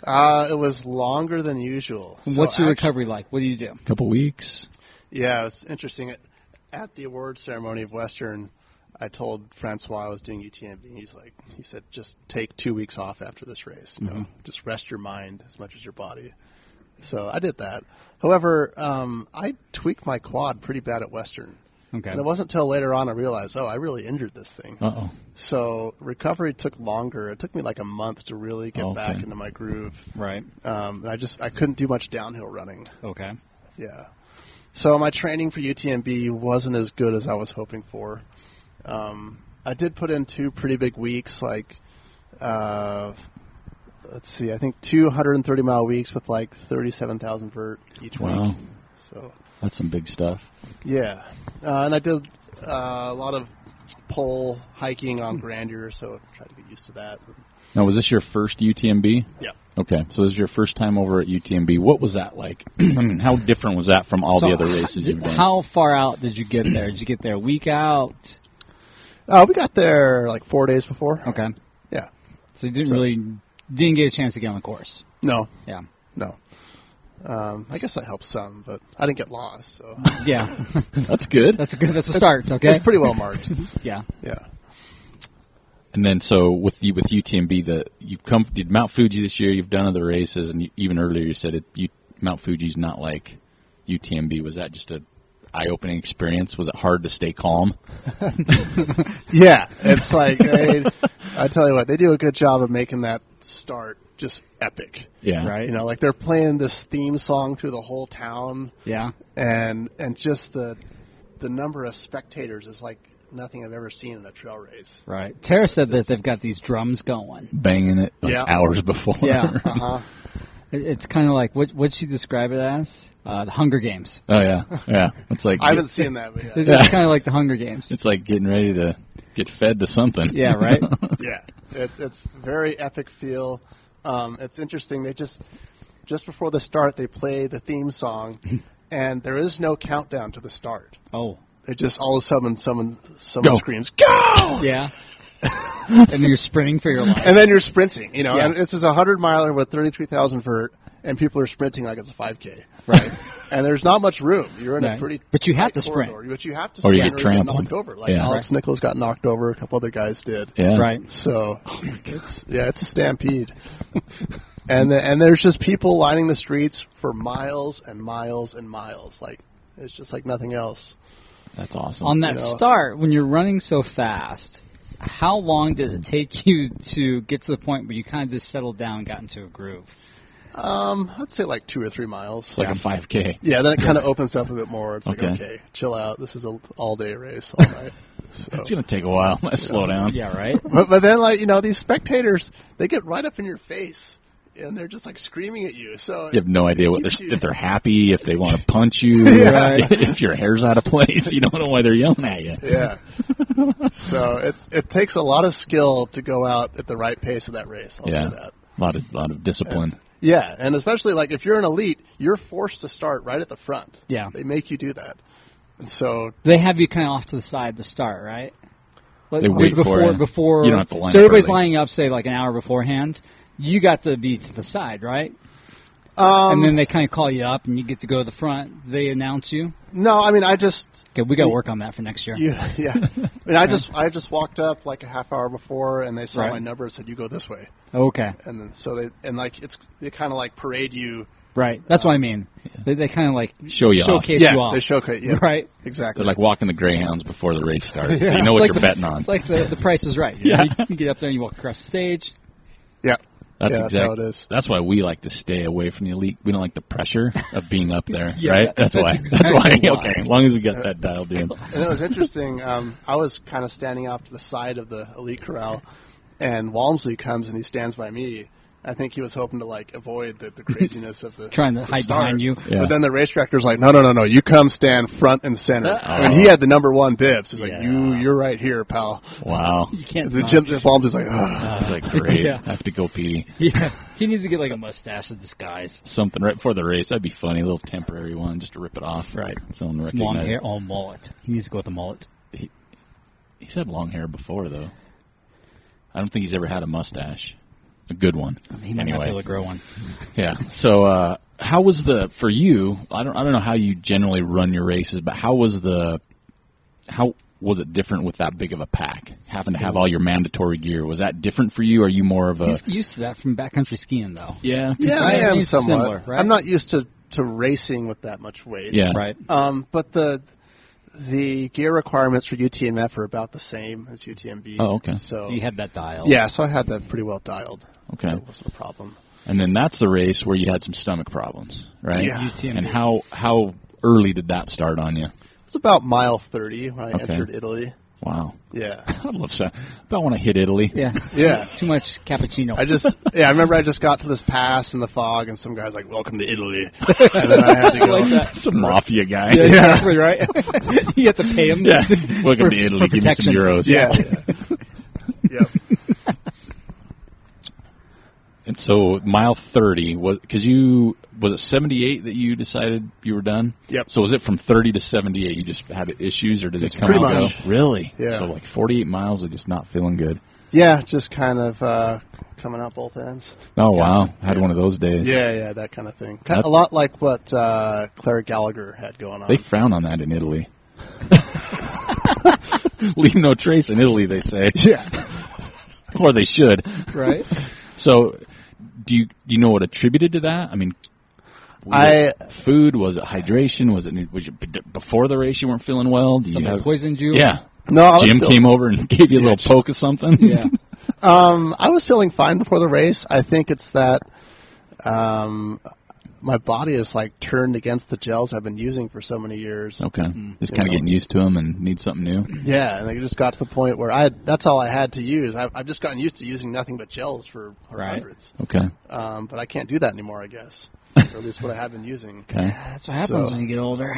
Uh, it was longer than usual. So
What's your
actu-
recovery like? What do you do?
A couple weeks.
Yeah, it was interesting. At, at the award ceremony of Western, I told Francois I was doing UTMB. and He's like, he said, just take two weeks off after this race. You
Mm-hmm.
know, just rest your mind as much as your body. So I did that. However, um, I tweaked my quad pretty bad at Western.
Okay.
And it wasn't until later on I realized, oh, I really injured this thing.
Uh oh.
So recovery took longer. It took me like a month to really get
Okay.
back into my groove.
Oh, Right.
Um, and I just I couldn't do much downhill running.
Okay.
Yeah. So my training for UTMB wasn't as good as I was hoping for. Um, I did put in two pretty big weeks, like uh, let's see, I think two 130 mile weeks with like 37,000 vert each
Wow,
week. So
that's some big stuff.
yeah, uh, and I did uh, a lot of pole hiking on grandeur, so I tried to get used to that.
Now, was this your first UTMB?
Yeah.
Okay, so this is your first time over at UTMB. What was that like? I mean, how different was that from all
So
the other
h-
races you've done?
How far out did you get there? Did you get there a week out?
Uh, we got there like four days before.
Okay.
Yeah.
So you didn't really didn't get a chance to get on the course.
No,
Yeah.
No. Um, I guess that helps some, but I didn't get lost, so
Yeah.
that's good.
that's a good. That's a start. Okay.
it's pretty well marked.
Yeah.
Yeah.
And then, so with you with UTMB, the you've come did Mount Fuji this year. You've done other races, and you, even earlier you said it, you, Mount Fuji's not like UTMB. Was that just a eye opening experience? Was it hard to stay calm?
Yeah, it's like I, I tell you what, they do a good job of making that start just epic.
Yeah.
Right.
You know, like they're playing this theme song through the whole town,
Yeah.
and and just the the number of spectators is like nothing I've ever seen in a trail race.
Right. Tara said that they've got these drums going.
Banging it like
Yeah.
hours before.
Yeah.
Uh huh.
It- It's kind of like what what'd she describe it as? Uh, the Hunger Games.
oh yeah. Yeah. It's like
I haven't seen that, but yeah,
It's
Yeah.
kind of like the Hunger Games.
it's like getting ready to get fed to something.
Yeah. Right.
yeah, it, it's very epic feel. Um, it's interesting. They just just before the start, they play the theme song, and there is no countdown to the start.
oh.
It just all of a sudden someone someone
Go.
screams go,
Yeah. and you're sprinting for your life.
and then you're sprinting. You know,
Yeah.
and this is a hundred miler with thirty three thousand vert, and people are sprinting like it's a five k.
Right.
And there's not much room. You're in
Right.
a pretty
But you have
tight
to sprint.
corridor, but you have to
Or you
sprint
get
or you get
trampled.
knocked over. Like
Yeah.
Alex Nichols got knocked over, a couple other guys did.
Yeah.
Right.
So,
Oh
it's, yeah, it's a stampede, and the, and there's just people lining the streets for miles and miles and miles. Like it's just like nothing else.
That's awesome.
On that
You know.
start, when you're running so fast, how long did it take you to get to the point where you kind of just settled down, got into a groove?
Um, I'd say like two or three miles.
It's like a 5K.
Yeah, then it kind of opens up a bit more. It's
Okay.
like, okay, chill out. This is a all day race, all night. So.
It's gonna take a while. Let's slow down.
Yeah, right.
But, but then, like you know, these spectators, they get right up in your face, and they're just like screaming at you. So
You have no idea what
Keeps
they're,
you-
if they're happy, if they want to punch you,
Yeah.
if your hair's out of place. You don't know why they're yelling at you.
Yeah. so it's it takes a lot of skill to go out at the right pace of that race. I'll
yeah,
say that.
a lot of lot of discipline.
Yeah, and especially like if you're an elite, you're forced to start right at the front.
Yeah.
They make you do that. And so
They have you kind of off to the side to start, right? Like,
They wait for
before
you.
before
You don't have to line
so
up
everybody's
early.
lining up, say like an hour beforehand. You got to be to the side, right?
um
and then they kind of call you up, and you get to go to the front. They announce you.
no, I mean I just
Okay, we got to work on that for next year.
you, yeah. I mean I just I just walked up like a half hour before and they saw
Right.
my number and said you go this way.
Okay,
And then so they and like it's they kind of like parade you.
right. That's what I mean. They, they kind of like
Show you off.
showcase you off.
they showcase yeah.
Right.
Exactly.
They're like walking the greyhounds before the race starts. So you know what
Like
you're
the-
betting on.
It's like the, the Price is Right. You,
Yeah.
know, you get up there and you walk across the stage.
yeah.
That's
yeah,
exactly.
that's how it is.
That's why we like to stay away from the elite. We don't like the pressure of being up there,
Yeah,
right? That's,
that's
why.
exactly
that's why.
why.
Okay, as long as we got that dialed in.
And it was interesting. Um, I was kind of standing off to the side of the elite corral, and Walmsley comes and he stands by me. I think he was hoping to like avoid the, the craziness of the
Trying to
the
hide
start.
behind you.
Yeah.
But then the race director's like, "No, no, no, no! You come stand front and center."
Uh-oh.
And he had the number one bibs. He's
Yeah.
like, "You, you're right here, pal."
Wow.
You can't.
The
not.
Jim Walmsley's like, Ugh.
That's like great.
Yeah.
I have to go pee.
Yeah. He needs to get like a mustache of disguise.
Something right before the race. That'd be funny. A little temporary one just to rip it off.
Right.
Someone
Long
recognize.
hair, all mullet. He needs to go with a mullet.
He's had long hair before though. I don't think he's ever had a mustache. A good one.
He might not be
anyway.
able to grow one.
Yeah. So uh how was the for you? I don't I don't know how you generally run your races, but how was the how was it different with that big of a pack? Having to have all your mandatory gear was that different for you? Or are you more of a
He's used to that from backcountry skiing, though.
yeah
"Yeah,
Right,
I am
he's
somewhat.
similar, right?
I'm not used to to racing with that much weight."
yeah
Right.
Um, but the the gear requirements for UTMF are about the same as UTMB.
Oh, okay.
So
You had that dial.
Yeah, so I had that pretty well dialed.
Okay.
That wasn't a problem.
And then that's the race where you had some stomach problems, right?
Yeah.
UTMB.
And how how early did that start on you?
It's about mile 30 when I
Okay.
entered Italy.
Wow.
Yeah.
I love that. But I want to hit Italy.
Yeah.
Yeah.
Too much cappuccino.
I just yeah, I remember I just got to this pass in the fog and some guy's like, "Welcome to Italy." And then I had to go.
Some mafia guy.
yeah, exactly right. you have to pay him.
Yeah. Welcome
For-
to Italy.
for
Give me
protection.
some euros.
Yeah. yep.
And so mile thirty was because you was it seventy eight that you decided you were done.
Yep.
So was it from thirty to seventy eight? You just had issues, or does it come
pretty
and
much.
go? Really?
Yeah.
So like forty eight miles of just not feeling good.
Yeah, just kind of uh coming out both ends.
Oh wow, had one of those days.
Yeah, yeah, that kind of thing. Kind
That-
a lot like what uh Claire Gallagher had going on.
They frown on that in Italy. Leave no trace in Italy, they say,
yeah.
or they should.
Right.
So, do you do you know what attributed to that? I mean, was it
I
food was it hydration? Was it was it b- before the race you weren't feeling well? Do you
Something
have-
poisoned you.
Yeah,
no, I was
Jim
still-
came over and gave you a little poke of something.
Yeah.
Um, I was feeling fine before the race. I think it's that um, my body is like turned against the gels I've been using for so many years.
okay,
Mm-hmm.
just kind of
Yeah.
getting used to them and need something new.
Yeah, and I just got to the point where I had, that's all I had to use. I've, I've just gotten used to using nothing but gels for for
Right.
hundreds.
Okay,
Um, but I can't do that anymore, I guess. or at least what I have been using.
okay.
That's what happens
So-
when you get older.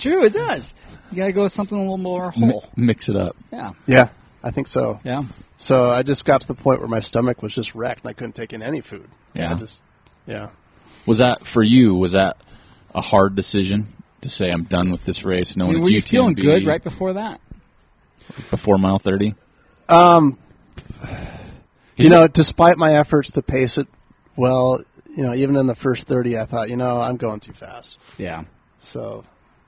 True, it does. You gotta go with something a little more
Mi-
whole.
mix it up.
Yeah.
Yeah, I think so.
Yeah.
So I just got to the point where my stomach was just wrecked and I couldn't take in any food.
Yeah.
I just, yeah.
Was that for you? Was that a hard decision to say I'm done with this race? No
I mean,
one.
were you feeling good right before that?
before mile thirty?
Um, you know, despite my efforts to pace it well, you know, even in the first 30, I thought, you know, I'm going too fast.
Yeah.
So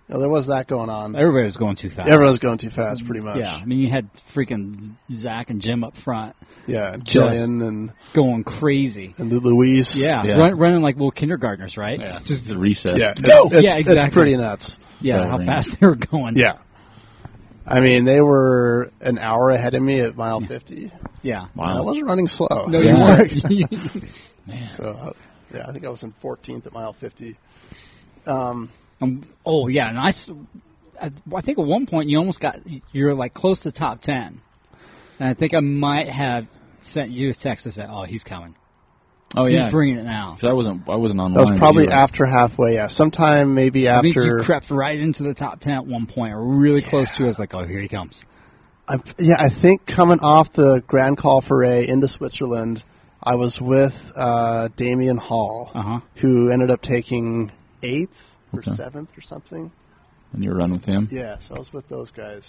you know, there was that going on.
Everybody was going too fast.
Everyone's going too fast, pretty much.
Yeah. I mean, you had freaking Zach and Jim up front
Yeah. and Jillian and,
going crazy.
and Louise.
Yeah.
Yeah.
Run, running like little kindergartners, right?
Just the recess.
Yeah. It's,
Go!
it's-
Yeah,
it's
exactly.
pretty nuts.
Yeah.
Yeah,
how
right.
fast they were going.
Yeah. I mean, they were an hour ahead of me at mile 50.
Yeah.
I
Wow.
wasn't running slow.
No,
Yeah.
you weren't.
So, uh, yeah, I think I was in 14th at mile 50. Um,
um, oh yeah, and I, s- I- I think at one point you almost got you're like close to top ten, and I think I might have sent you a text that said, "Oh, he's coming.
Oh yeah.
He's bringing it now."
'Cause I wasn't. I wasn't online.
that was probably
either.
after halfway. Yeah, sometime maybe
I think you
after.
crept right into the top ten at one point, or really close to. it. I was like, "Oh, here he comes."
I, yeah, I think coming off the Grand Call foray into Switzerland, I was with uh, Damien Hall,
Uh-huh.
who ended up taking eighth or
Okay.
seventh or something.
And you were running with him.
Yeah, so I was with those guys.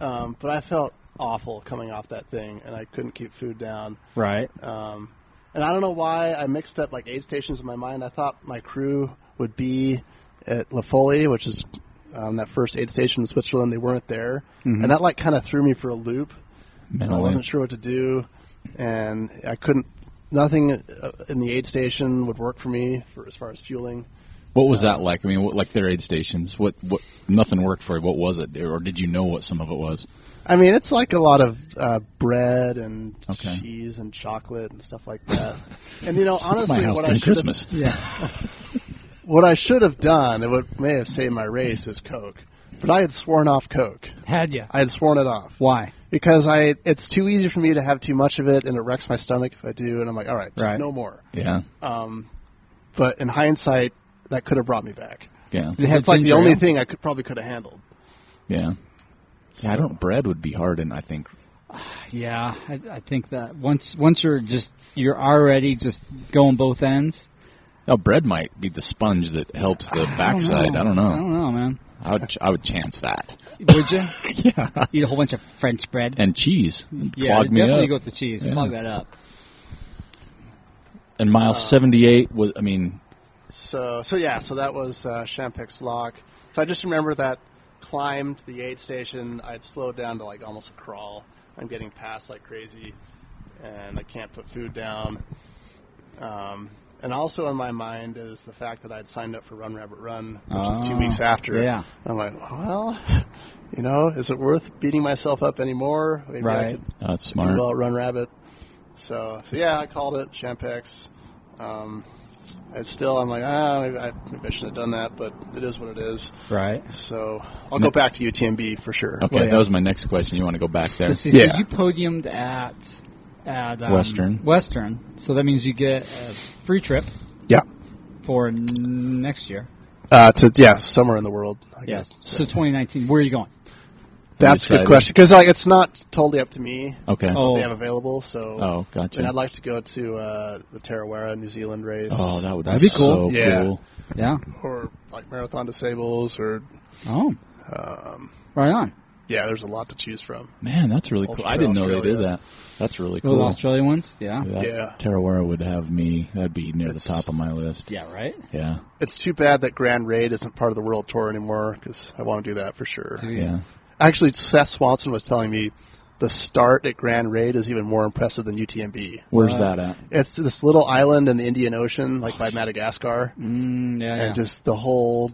Um, but I felt awful coming off that thing, and I couldn't keep food down.
Right.
Um, and I don't know why I mixed up like aid stations in my mind. I thought my crew would be at La Folie, which is um, that first aid station in Switzerland. They weren't there, and that like kind of threw me for a loop. I
Mm-hmm. Mentally.
wasn't sure what to do, and I couldn't. Nothing uh, in the aid station would work for me for as far as fueling.
What was that like? I mean, what, like their aid stations. What? What? Nothing worked for you. What was it? Or did you know what some of it was?
I mean, it's like a lot of uh, bread and
Okay.
cheese and chocolate and stuff like that. and you know, honestly,
My house
what I
during
should have
Christmas.
Yeah.
what I should have done, and what may have saved my race, is Coke. But I had sworn off Coke.
Had you?
I had sworn it off
Why?
because I it's too easy for me to have too much of it, and it wrecks my stomach if I do. And I'm like, all right, just
Right.
no more.
Yeah.
Um, but in hindsight, that could have brought me back.
Yeah.
Did it have
It's like the
ginger
only
ale?
thing I could probably could have handled.
Yeah. Yeah. I don't. Bread would be hard, and I think.
Yeah, I, I think that once once you're just you're already just going both ends.
Oh, bread might be the sponge that helps the
I don't
backside. I don't know.
I don't know, man.
I would. I would chance that.
Would you
yeah.
eat a whole bunch of French bread?
And cheese.
yeah,
Clog me
definitely
up.
go with the cheese.
Yeah.
Plug that up.
and mile
uh,
seventy-eight was. I mean.
So so yeah, so that was uh, Champix Lock. So I just remember that climb to the aid station. I'd slowed down to like almost a crawl. I'm getting past like crazy, and I can't put food down. Um, and also in my mind is the fact that I'd signed up for Run Rabbit Run, which was
Ah,
two weeks after.
yeah.
I'm like, well, you know, is it worth beating myself up anymore? Maybe I
Right.
could
Oh, that's
do
smart.
well at Run Rabbit. So, so yeah, I called it Champex. Um, I still, I'm like, ah, maybe I, maybe I shouldn't have done that, but it is what it is.
Right.
So I'll
No.
go back to UTMB for sure.
Okay,
Well, yeah.
that was my next question. You want to go back there?
Let's see,
Yeah.
So you podiumed at at um,
Western.
Western. So that means you get a free trip
Yeah.
for n- next year.
Uh, to yeah, somewhere in the world. I
Yes.
guess.
So 2019. Where are you going?
That's a
Excited.
good question because like it's not totally up to me.
Okay.
Oh.
They have available, so
Oh, gotcha.
and I'd like to go to uh, the Tarawera New Zealand race,
Oh, that would
That'd be
so
cool.
Yeah.
cool.
Yeah.
or like Marathon Disables, or um,
Oh. right on.
yeah, there's a lot to choose from.
Man, that's really cool.
Ultra
I didn't know they did
Australia.
that. That's really
The
cool.
Australia ones. Yeah.
That
Yeah.
Tarawera would have me. That'd be near
It's-
the top of my list.
Yeah. Right.
Yeah.
It's too bad that Grand Raid isn't part of the World Tour anymore because I want to do that for sure.
Yeah.
Actually, Seth Swanson was telling me the start at Grand Raid is even more impressive than UTMB.
Where's
Uh,
that at?
It's this little island in the Indian Ocean, like by Madagascar,
Mm, yeah. yeah.
and just the whole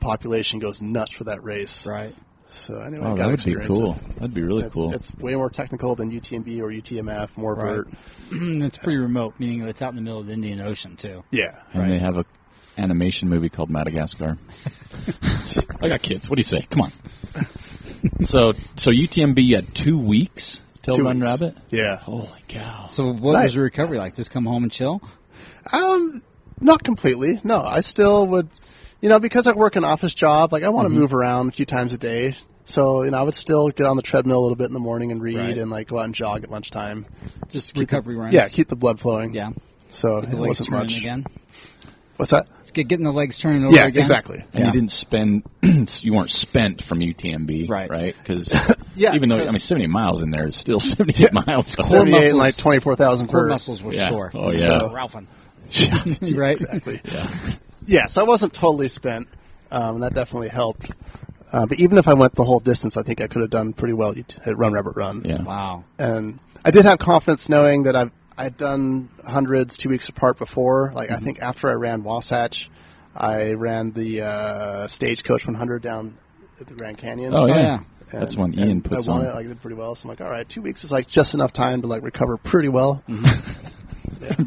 population goes nuts for that race.
right.
So anyway,
Oh,
got
that would be cool. That'd be really
It's,
cool.
it's way more technical than UTMB or UTMF, more
Right.
vert.
it's pretty remote, meaning it's out in the middle of the Indian Ocean too.
Yeah.
and they have a animation movie called Madagascar. I got kids. What do you say? Come on. so, so UTMB had two weeks till
Two
Run
weeks.
Rabbit.
Yeah.
Holy cow!
So what
Nice.
was your recovery like? Just come home and chill?
Um, not completely. No, I still would, you know, because I work an office job. Like I
Mm-hmm.
want to move around a few times a day, so you know I would still get on the treadmill a little bit in the morning and read,
Right.
and like go out and jog at lunchtime.
Just
Keep the-
recovery runs.
Yeah, keep the blood flowing.
Yeah.
So
Get
it
the legs
wasn't much.
turning again.
What's that?
It's get- getting the legs turning over
Yeah,
again.
exactly.
And you didn't spend, you weren't spent from UTMB,
Right.
Right? Because
Yeah,
even though I
because-
mean, seventy miles in there is still seventy-eight miles.
Core
Seventy-eight and
muscles-
like twenty-four thousand
Core
per.
muscles were
Yeah.
sore.
Oh, yeah.
So Ralphin. right.
Exactly.
Yeah.
Yeah, so I wasn't totally spent. Um, that definitely helped. Uh, but even if I went the whole distance, I think I could have done pretty well at Run Rabbit Run.
Yeah.
Wow.
and I did have confidence knowing that I've I'd done hundreds two weeks apart before. Like
Mm-hmm.
I think after I ran Wasatch, I ran the uh, Stagecoach 100 down at the Grand Canyon.
Oh,
Oh
yeah.
yeah.
And,
That's when
and
Ian puts
I won
on-
it. Like, I did pretty well. So I'm like, all right, two weeks is like just enough time to like recover pretty well.
Mm-hmm.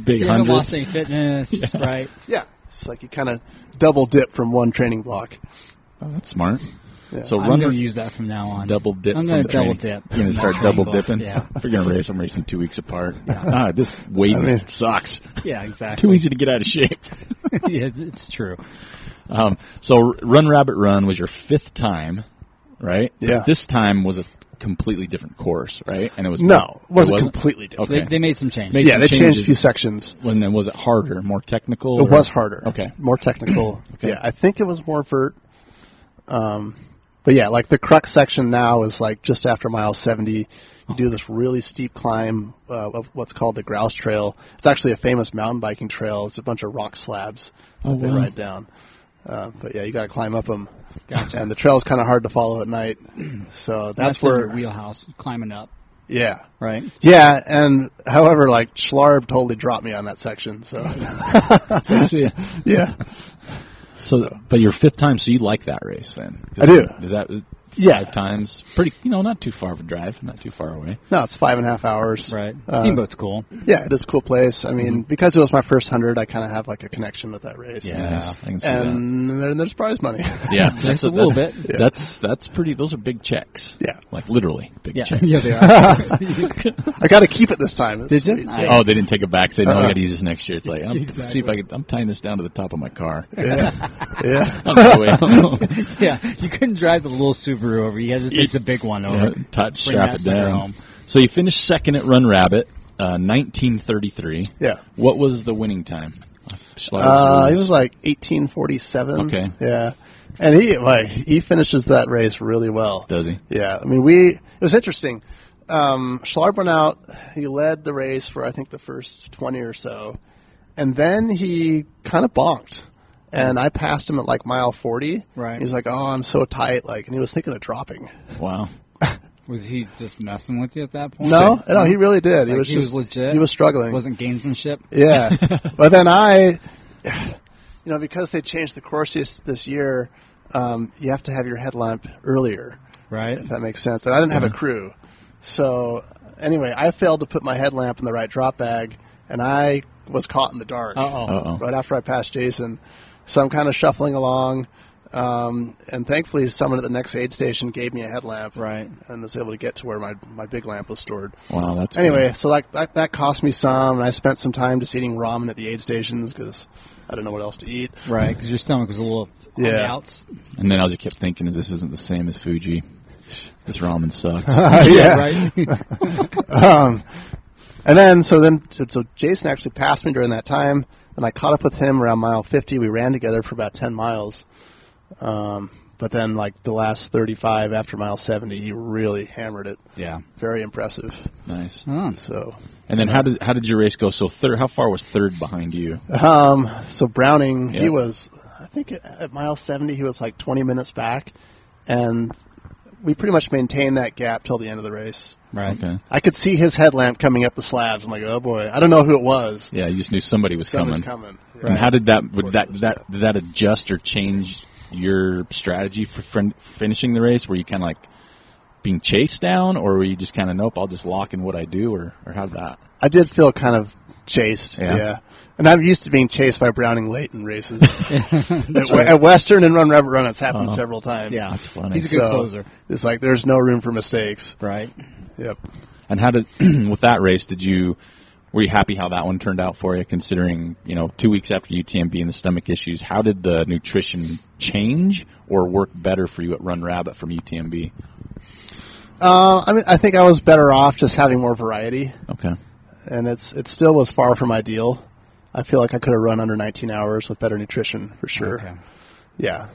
Big
You haven't lost
hundred.
any fitness, right?
Yeah, it's like you kind of double dip from one training block.
Oh, that's smart.
Yeah.
So
I'm
run
going
your
to use that from now on.
double dip.
I'm going
from
to double
training.
dip.
You're going to start
Yeah.
double dipping.
Yeah.
If you're going to race, I'm racing two weeks apart. Ah, this weight
I mean-
sucks.
Yeah, exactly.
Too easy to get out of shape.
yeah, it's true.
Um, so R- Run Rabbit Run was your fifth time, right?
Yeah.
But This time was a completely different course, right? And it was
No, it wasn't,
wasn't?
completely different.
Okay.
They, they made some changes.
Made
Yeah,
some
they changed a
changes.
few sections.
When then was it harder, more technical? or-
It was harder.
Okay.
More technical.
Okay.
Yeah, I think it was more vert. Um, but yeah, like the crux section now is like just after mile 70, you do this really steep climb uh, of what's called the Grouse Trail. It's actually a famous mountain biking trail. It's a bunch of rock slabs that
Oh,
they
wow.
ride down. Uh, but yeah, you got to climb up them.
Gotcha.
And the trail's kind of hard to follow at night. So that's,
That's in your
where,
wheelhouse climbing up,
yeah,
right?
yeah. And however, like Schlarb totally dropped me on that section. So yeah,
So, but your fifth time, so you like that race then?
I do.
Is that
yeah.
five times? Pretty, you know, not too far of a drive, not too far away.
No, it's five and a half hours.
Right.
Uh,
Steamboat's cool.
Yeah, it is a cool place. I mean,
Mm-hmm.
because it was my first hundred, I kind of have like a connection with that race.
Yeah, I can see
And then there's prize money.
that. Yeah,
There's
that's
a little
that-
bit.
That's that's pretty. Those are big checks.
Yeah.
like literally big
Yeah,
checks.
yeah, they are.
I got to keep it this time.
Did you?
Yeah.
Nice.
Oh, they didn't take it back. They know I
Uh-uh.
got to use this next year. It's like I'm see if I
Exactly.
could, I'm tying this down to the top of my car.
Yeah. yeah.
On my way home.
yeah, you couldn't drive the little Subaru over. You had to take the big one
Yeah,
over.
touch,
Bring
strap
that
it
sucker
down.
home.
So you finished second at Run Rabbit, uh, 1933.
Yeah.
What was the winning time?
Uh, he was like 1847.
Okay.
Yeah, and he like he finishes that race really well.
Does he?
Yeah, I mean we it was interesting. Um, Schlarb went out. He led the race for I think the first 20 or so, and then he kind of bonked. And I passed him at like mile 40.
Right.
He's like, "Oh, I'm so tight," like, and he was thinking of dropping.
Wow.
Was he just messing with you at that point?
No, no, he really did. he
Like,
was
he
just
was legit?
He was struggling.
wasn't gamesmanship.
Yeah. but then I, you know, because they changed the courses this year, um, you have to have your headlamp earlier,
Right.
if that makes sense. And I didn't have a crew. So anyway, I failed to put my headlamp in the right drop bag, and I was caught in the dark
Uh-oh.
Uh-oh.
right after I passed Jason. So I'm kind of shuffling along. Um, and thankfully, someone at the next aid station gave me a headlamp,
Right.
and was able to get to where my my big lamp was stored.
Wow, that's
Anyway, so like that, that cost me some, and I spent some time just eating ramen at the aid stations because I didn't know what else to eat.
Right, because your stomach was a little on the
Yeah.
outs.
good. And then I was kept thinking, this isn't the same as Fuji. This ramen sucks.
Right.
um, and then so then so, so Jason actually passed me during that time, and I caught up with him around mile 50. We ran together for about 10 miles, um, but then like the last 35 after mile 70, he really hammered it.
yeah.
Very impressive.
nice.
Oh,
So
And then how did how did your race go? So third, how far was third behind you?
Um, so Browning,
Yeah.
he was, I think at- at mile 70, he was like 20 minutes back, and we pretty much maintained that gap till the end of the race.
right.
Okay.
I could see his headlamp coming up the slabs. I'm like, oh boy, I don't know who it was.
Yeah, you just knew somebody was
Someone's
coming.
coming. Yeah.
And how did that
Of
would that
course.
that did that adjust or change your strategy for fin- finishing the race? Were you kind of like being chased down, or were you just kind of nope, I'll just lock in what I do, or or how did that?
I did feel kind of chased.
Yeah.
Yeah. And I'm used to being chased by Browning late in races. at, at Western and Run Rabbit Run, it's happened
Uh-huh.
several times.
Yeah.
That's funny.
He's a good
So
closer.
it's like there's no room for mistakes.
Right.
Yep.
And how did with that race? Did you were you happy how that one turned out for you? Considering you know two weeks after UTMB and the stomach issues, how did the nutrition change or work better for you at Run Rabbit from UTMB?
Uh, I mean, I think I was better off just having more variety.
Okay,
and it's it still was far from ideal. I feel like I could have run under 19 hours with better nutrition for sure.
Okay.
Yeah.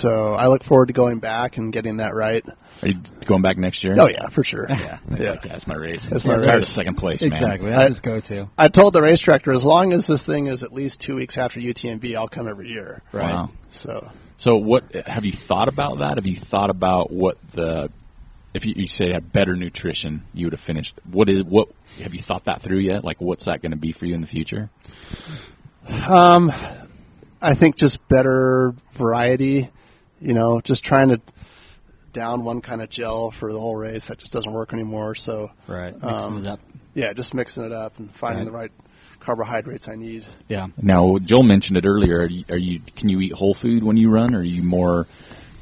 So I look forward to going back and getting that right.
are you going back next year?
Oh yeah, for sure.
yeah,
Yeah.
Like, that's my race.
That's my
I'm tired
race.
of second place, man.
Exactly.
I-
That's his go-to.
I told the race director as long as this thing is at least two weeks after UTMB, I'll come every year.
Right.
Wow.
So
So what have you thought about that? Have you thought about what the if you, you say you had better nutrition, you would have finished. What is what? Have you thought that through yet? Like, what's that going to be for you in the future?
Um, I think just better variety. You know, just trying to down one kind of gel for the whole race. That just doesn't work anymore. So
Right.
um,
Mixing it up.
yeah, just mixing it up and finding the right carbohydrates I need.
Yeah.
Now, Joel mentioned it earlier. Are you, are you can you eat whole food when you run, or are you more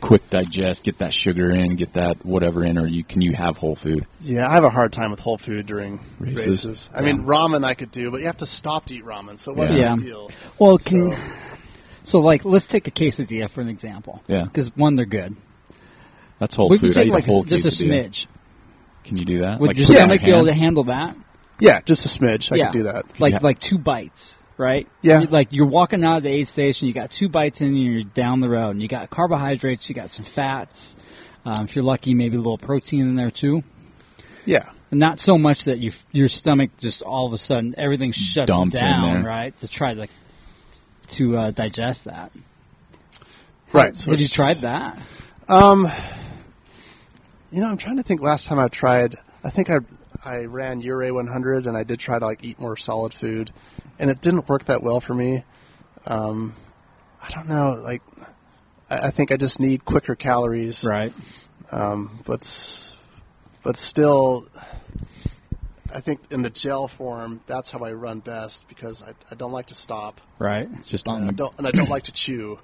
quick digest, get that sugar in, get that whatever in, or you can you have whole food?
Yeah, I have a hard time with whole food during
Races.
races. I mean, ramen I could do, but you have to stop to eat ramen, so what's
Yeah.
the deal?
Well, can so like let's take a quesadilla for an example.
Yeah.
Because one, they're good.
That's whole
we
food.
can
I
take
eat
like
a whole
just a
quesadilla.
smidge.
Can you do that?
Would
like
your
put it in
stomach
my
be able
hand?
to handle that?
Yeah, just a smidge. I
yeah.
could do that.
Like
Yeah.
like two bites, right?
Yeah.
You- Like you're walking out of the aid station, you got two bites in, and you're down the road. And you got carbohydrates, you got some fats. Um, if you're lucky, maybe a little protein in there too.
Yeah.
Not so much that you your stomach just all of a sudden everything shuts
Dumped in
down,
there.
right? To try to to uh, digest that.
Right. so
Have you
it's-
tried that?
Um, you know, I'm trying to think. Last time I tried, I think I I ran Ura 100, and I did try to like eat more solid food, and it didn't work that well for me. Um, I don't know. Like, I, I think I just need quicker calories.
Right.
Um, but s- but still, I think in the gel form, that's how I run best because I I don't like to stop,
Right.
It's just
and I
on. the-
don't and I don't like to chew.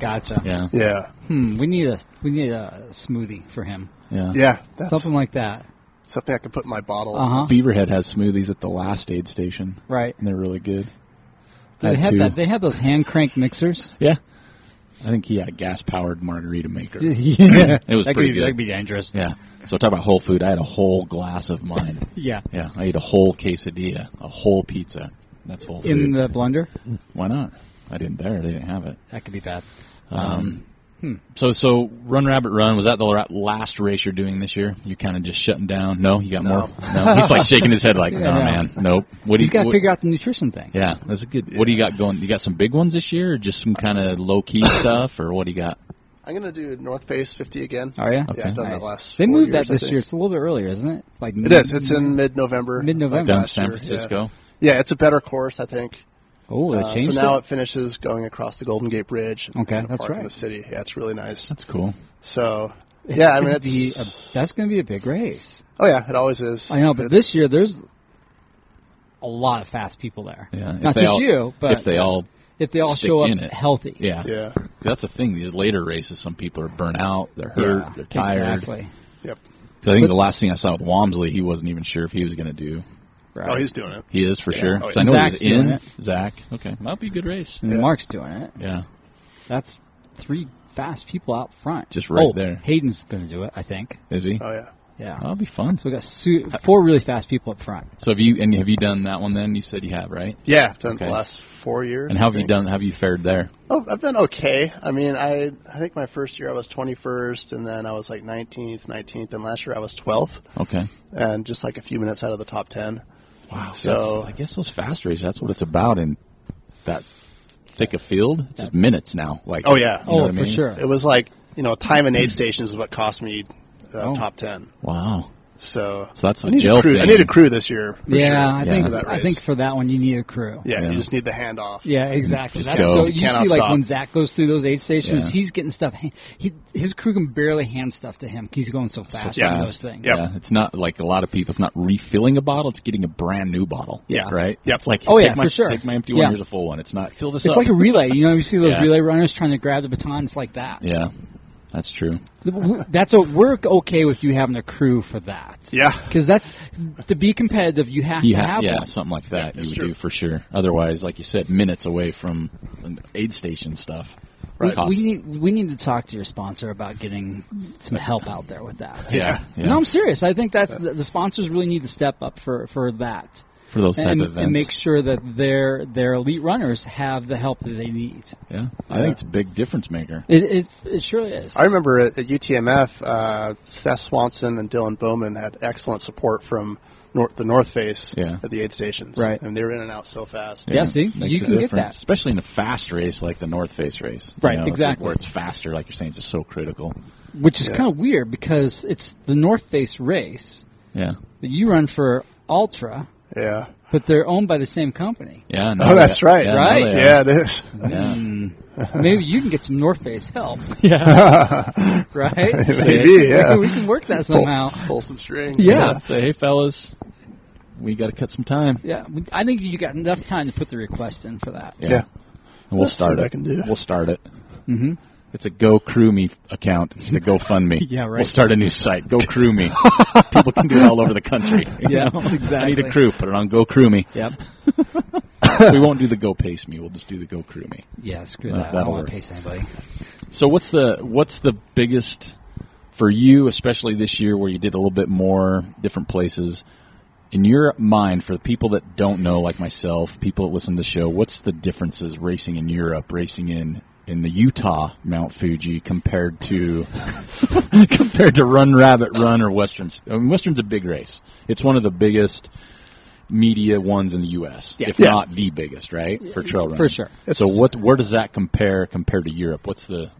Gotcha.
Yeah,
Yeah.
Hmm. We need a we need a smoothie for him.
yeah.
Yeah. That's
Something like that.
something I can put in my bottle.
Uh huh.
Beaverhead has smoothies at the last aid station,
Right.
and they're really good. I
They
had
had
two.
that. They had those hand crank mixers.
Yeah. I think he had a gas powered margarita maker.
yeah.
It was
that
pretty
could be,
good.
That'd be dangerous.
Yeah. So talk about whole food. I had a whole glass of mine.
Yeah.
yeah, I ate a whole quesadilla, a whole pizza. That's whole food.
In the blender,
Why not? I didn't dare. They didn't have it.
that could be bad.
Um,
hmm.
So so Run Rabbit Run was that the ra- last race you're doing this year? You're kind of just shutting down. No, you got
No.
more. No, he's like shaking his head like, no,
Yeah, no.
man, nope. What do
He's
you?
got to
what-
figure out the nutrition thing.
yeah, that's a good. What do you got going? You got some big ones this year, or just some kind of low key stuff, or what do you got?
I'm gonna do North Face 50 again.
Are you?
Yeah, I've done
Nice.
that last.
They
four
moved
years,
that
I
this
think.
year. It's a little bit earlier, isn't it? Like
It is. It's in mid-November.
Mid-November.
like
Down
last
San
year,
Francisco.
Yeah. yeah, it's a better course, I think.
Oh, they
Uh, so
changed
now
it.
it finishes going across the Golden Gate Bridge. and
Okay,
in a
that's
park
right.
In the city, yeah, it's really nice.
That's cool.
So, yeah, I mean,
It's gonna be
it's
a, that's going to be a big race.
oh yeah, it always is.
I know, but
It's-
this year there's a lot of fast people there.
Yeah. if
Not
they
just
all,
you, but
if they all,
if they all
stick
show up
in it.
healthy.
yeah,
yeah,
That's the thing. These later races, some people are burnt out, they're
Yeah,
hurt, they're tired.
Exactly.
yep.
So I think the last thing I saw with Walmsley, he wasn't even sure if he was going to do.
Oh, he's doing it.
He is for sure.
Oh,
'Cause
yeah.
I know
Zach's
he
doing
was
it.
in. Zach. Okay, that'll be a good race.
And
Yeah.
Mark's doing it.
Yeah.
That's three fast people out front.
Just right
oh,
there.
Hayden's going to do it, I think.
Is he?
Oh yeah.
Yeah.
That'll be fun.
So we got su- four really fast people up front.
So have you and have you done that one? Then you said you have, right?
Yeah, I've done it
Okay.
the last four years.
And how have
I
you
think.
done? Have you fared there?
Oh, I've done okay. I mean, I I think my first year I was 21st, and then I was like 19th, 19th, and last year I was 12th.
Okay.
and just like a few minutes out of the top 10.
Wow.
So-
that's- I guess those fast races. That's what it's about in that thick a field. It's just minutes now. Like
Oh, yeah.
you know
oh,
what I mean?
for sure.
It was like, you know, time and aid stations is what cost me uh,
Oh.
top 10.
Wow.
So,
So that's
I
a
need
gel
a crew. I
thing.
need a crew this year. for
yeah,
sure.
I
Yeah.
think
For
that
I
race.
think for that one you need a crew.
Yeah,
Yeah.
you just need the handoff.
Yeah, exactly.
Just
That's
go.
so
You
you
cannot
see, like
stop.
when Zach goes through those aid stations,
Yeah.
he's getting stuff. He, he his crew can barely hand stuff to him. 'cause He's going so fast
Yeah.
on those things.
Yep.
Yeah, it's not like a lot of people. It's not refilling a bottle. It's getting a brand new bottle.
Yeah.
right.
Yep.
It's like
Oh,
take
yeah,
my,
for sure.
Take my empty one.
Yeah.
Here's a full one. It's not fill this
It's
up.
like a relay. You know, you see those
Yeah.
relay runners trying to grab the baton. It's like that.
yeah, that's true.
That's a, we're okay with you having a crew for that.
Yeah.
Because that's to be competitive, you have
You
to
ha-
have
yeah,
one.
something like that.
Yeah,
you
it's
would
true.
do for sure. Otherwise, like you said, minutes away from an aid station stuff.
We-
Costs-
We, need we need to talk to your sponsor about getting some help out there with that.
yeah, yeah. Uh,
No, I'm serious. I think that's the the sponsors really need to step up for for that
for those type
and,
of events.
and make sure that their their elite runners have the help that they need.
yeah, I think it's a big difference maker.
It it, it surely is.
I remember at, at UTMF, uh, Seth Swanson and Dylan Bowman had excellent support from North, the North Face
Yeah.
at the aid stations.
Right.
And they were in and out so fast.
Yeah. see,
it makes
you
a
can get
difference,
that.
especially in a fast race like the North Face race. you
Right,
know, it's
exactly.
Where it's faster, like you're saying, it's just so critical.
Which is
Yeah.
kind of weird because it's the North Face race
Yeah,
that you run for Ultra,
Yeah.
but they're owned by the same company.
yeah.
Oh,
no,
that's right.
yeah, no,
Right?
they are.
Yeah, it is.
Yeah.
Hmm. Maybe you can get some North Face help,
Yeah.
right?
Maybe, yeah.
we can work that somehow.
Pull, pull some strings.
yeah. Say, hey, fellas, we got to cut some time.
Yeah, we- I think you got enough time to put the request in for that.
Yeah.
And we'll
Let's see
start
what
it.
I can do.
We'll start it.
Mm-hmm.
It's a Go Crew Me account. It's the GoFundMe.
Yeah, right.
We'll start a new site. Go Crew Me. People can do it all over the country. you
Yeah,
know? I need a
exactly.
crew. Put it on Go Crew Me.
Yep.
we won't do the Go Pace Me. We'll just do the Go Crew Me.
Yeah, screw
That-
that. I
Uh, that'll
don't want
work.
to pace anybody.
So what's the what's the biggest for you, especially this year, where you did a little bit more different places? In your mind, for the people that don't know, like myself, people that listen to the show, what's the differences racing in Europe, racing in in the Utah Mount Fuji compared to compared to Run Rabbit Run or Westerns? I mean, Westerns a big race. It's one of the biggest media ones in the U.S., if
Yeah.
not the biggest, right? For trail running,
For sure.
so what? Where does that compare compared to Europe? What's the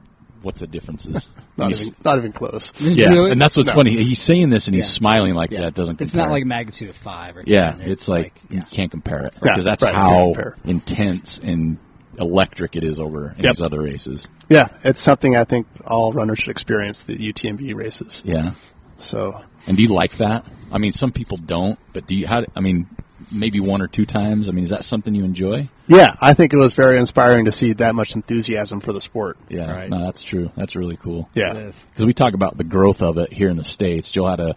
what's the differences?
Not
You s-
even, not even close.
yeah,
Really?
and that's what's
No.
funny. He's saying this and he's
Yeah.
smiling like
Yeah.
that. Doesn't
It's
compare.
not like magnitude of five or
yeah,
10.
it's like,
yeah.
you can't compare it
Yeah,
because that's
right,
how
can't compare.
intense and electric it is over in
Yep.
these other races.
Yeah, it's something I think all runners should experience the UTMB races.
Yeah,
So
and do you like that? I mean, some people don't, but do you? How? I mean, maybe one or two times. I mean, is that something you enjoy?
yeah, I think it was very inspiring to see that much enthusiasm for the sport.
Yeah,
Right.
no, that's true. That's really cool.
Yeah,
It is.
because we talk about the growth of it here in the states. Joel had a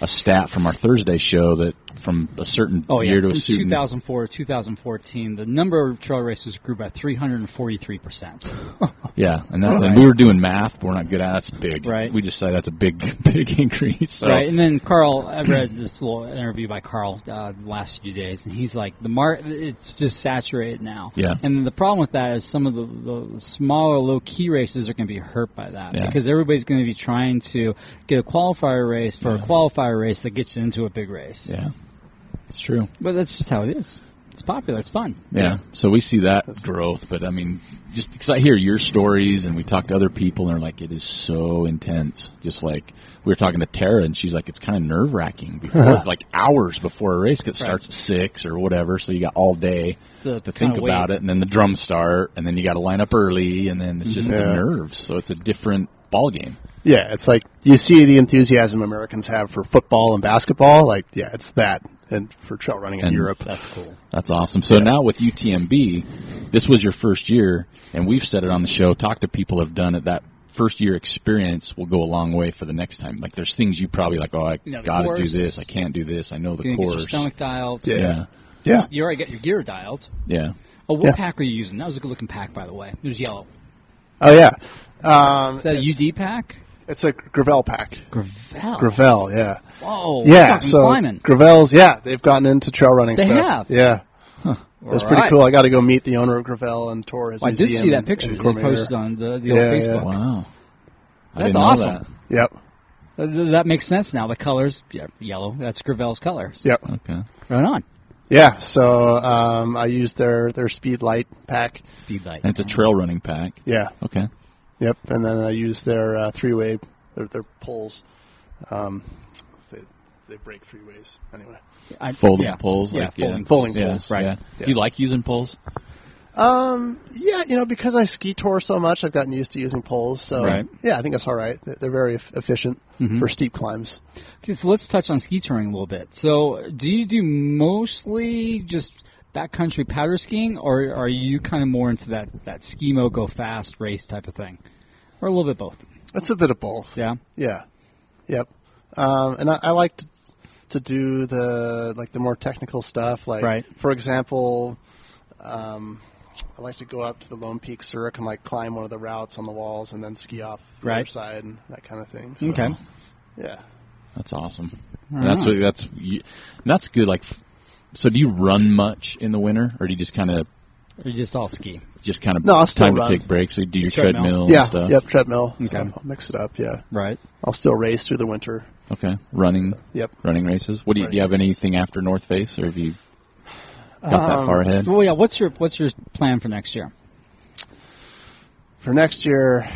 a stat from our Thursday show that from a certain
Oh yeah,
year to a
from
certain
2004 to 2014, the number of trail races grew by 343 percent.
yeah, and, that, and
Right.
we were doing math, but we're not good at it. That's big.
Right.
We just say that's a big big increase. So,
Right, and then Carl, I read this little interview by Carl uh, the last few days, and he's like, the mar it's just saturated now.
Yeah.
And the problem with that is some of the, the smaller, low key races are going to be hurt by that
Yeah.
because everybody's going to be trying to get a qualifier race for a qualifier race that gets you into a big race.
Yeah, it's true.
But that's just how it is. It's popular. It's fun.
Yeah. So we see that growth, but I mean, just because I hear your stories and we talk to other people, and they're like, it is so intense. Just like we were talking to Tara, and she's like, it's kind of nerve wracking before, like hours before a race, 'cause it
Right.
starts at six or whatever. So you got all day to
To kinda
think
wait.
about it, and then the drums start, and then you got to line up early, and then it's just the
Yeah.
nerves. So it's a different ball game.
yeah, it's like you see the enthusiasm Americans have for football and basketball. Like, yeah, it's that, and for trail running in
And-
Europe.
That's cool.
That's awesome. So now with UTMB, this was your first year, and we've said it on the show. Talk to people who have done it. That first year experience will go a long way for the next time. Like there's things you probably like. Oh, I
You know, the
got to do
course.
this. I can't do this. I know the
You're gonna get your
course.
stomach dialed.
yeah,
Yeah,
You already got your gear dialed.
yeah.
Oh, what
Yeah.
pack are you using? That was a good looking pack, by the way. It was yellow.
oh yeah. Um,
Is that a UD pack?
it's a Gravel pack.
Gravel.
Gravel, yeah,
Whoa. we're
yeah.
talking
So
climbing.
Gravels, yeah, they've gotten into trail running.
They
stuff.
have.
yeah. It's
All
pretty
right.
cool. I got to go meet the owner of Gravel and tour his
Well, I did
museum.
see that
in-
picture
in
they
Cormier.
posted on the, the
Yeah,
old
yeah.
Facebook.
Wow. I
That's
didn't know
awesome.
Yep.
That. that makes sense now. The colors, yeah, yellow. That's Gravel's colors.
Yep.
that. Okay.
Right on.
Yeah. So um, I used their their speed light pack.
Speed light.
And it's a trail running pack.
Yeah.
Okay.
Yep. And then I used their uh, three way their their poles. Um, they they break three ways anyway.
I-
Folding
yeah.
poles.
Yeah,
like,
folding
Pulling
yeah,
poles.
Right.
Right.
Yeah.
Do you like using poles?
Um. Yeah. You know, because I ski tour so much, I've gotten used to using poles. So
Right.
yeah, I think that's all right. They're- They're very eff- efficient
Mhm.
for steep climbs.
Okay, so let's touch on ski touring a little bit. So, do you do mostly just backcountry powder skiing, or are you kind of more into that that schemo go fast race type of thing, or a little bit both?
That's a bit of both.
Yeah.
Yeah. Yep. Um, and I, I like to, to do the like the more technical stuff. Like
Right.
for example, um, I like to go up to the Lone Peak Zurich and like climb one of the routes on the walls and then ski off the
Right.
other side and that kind of thing. So,
Okay.
Yeah.
That's awesome.
Right
And that's
on.
what, that's you, and that's good. Like, f- so do you run much in the winter, or do you just kind of
Or you just all ski.
just kind of
No, I'll still
time
run.
to take breaks? Or do your
Treadmill.
treadmill,
yeah.
and stuff?
Yep. Treadmill. So
Okay.
I'll mix it up. Yeah.
Right.
I'll still race through the winter.
Okay, running
Yep.
running races. What do you, do you have anything after North Face, or have you got that
Um,
far ahead?
Well, yeah. What's your what's your plan for next year?
for next year,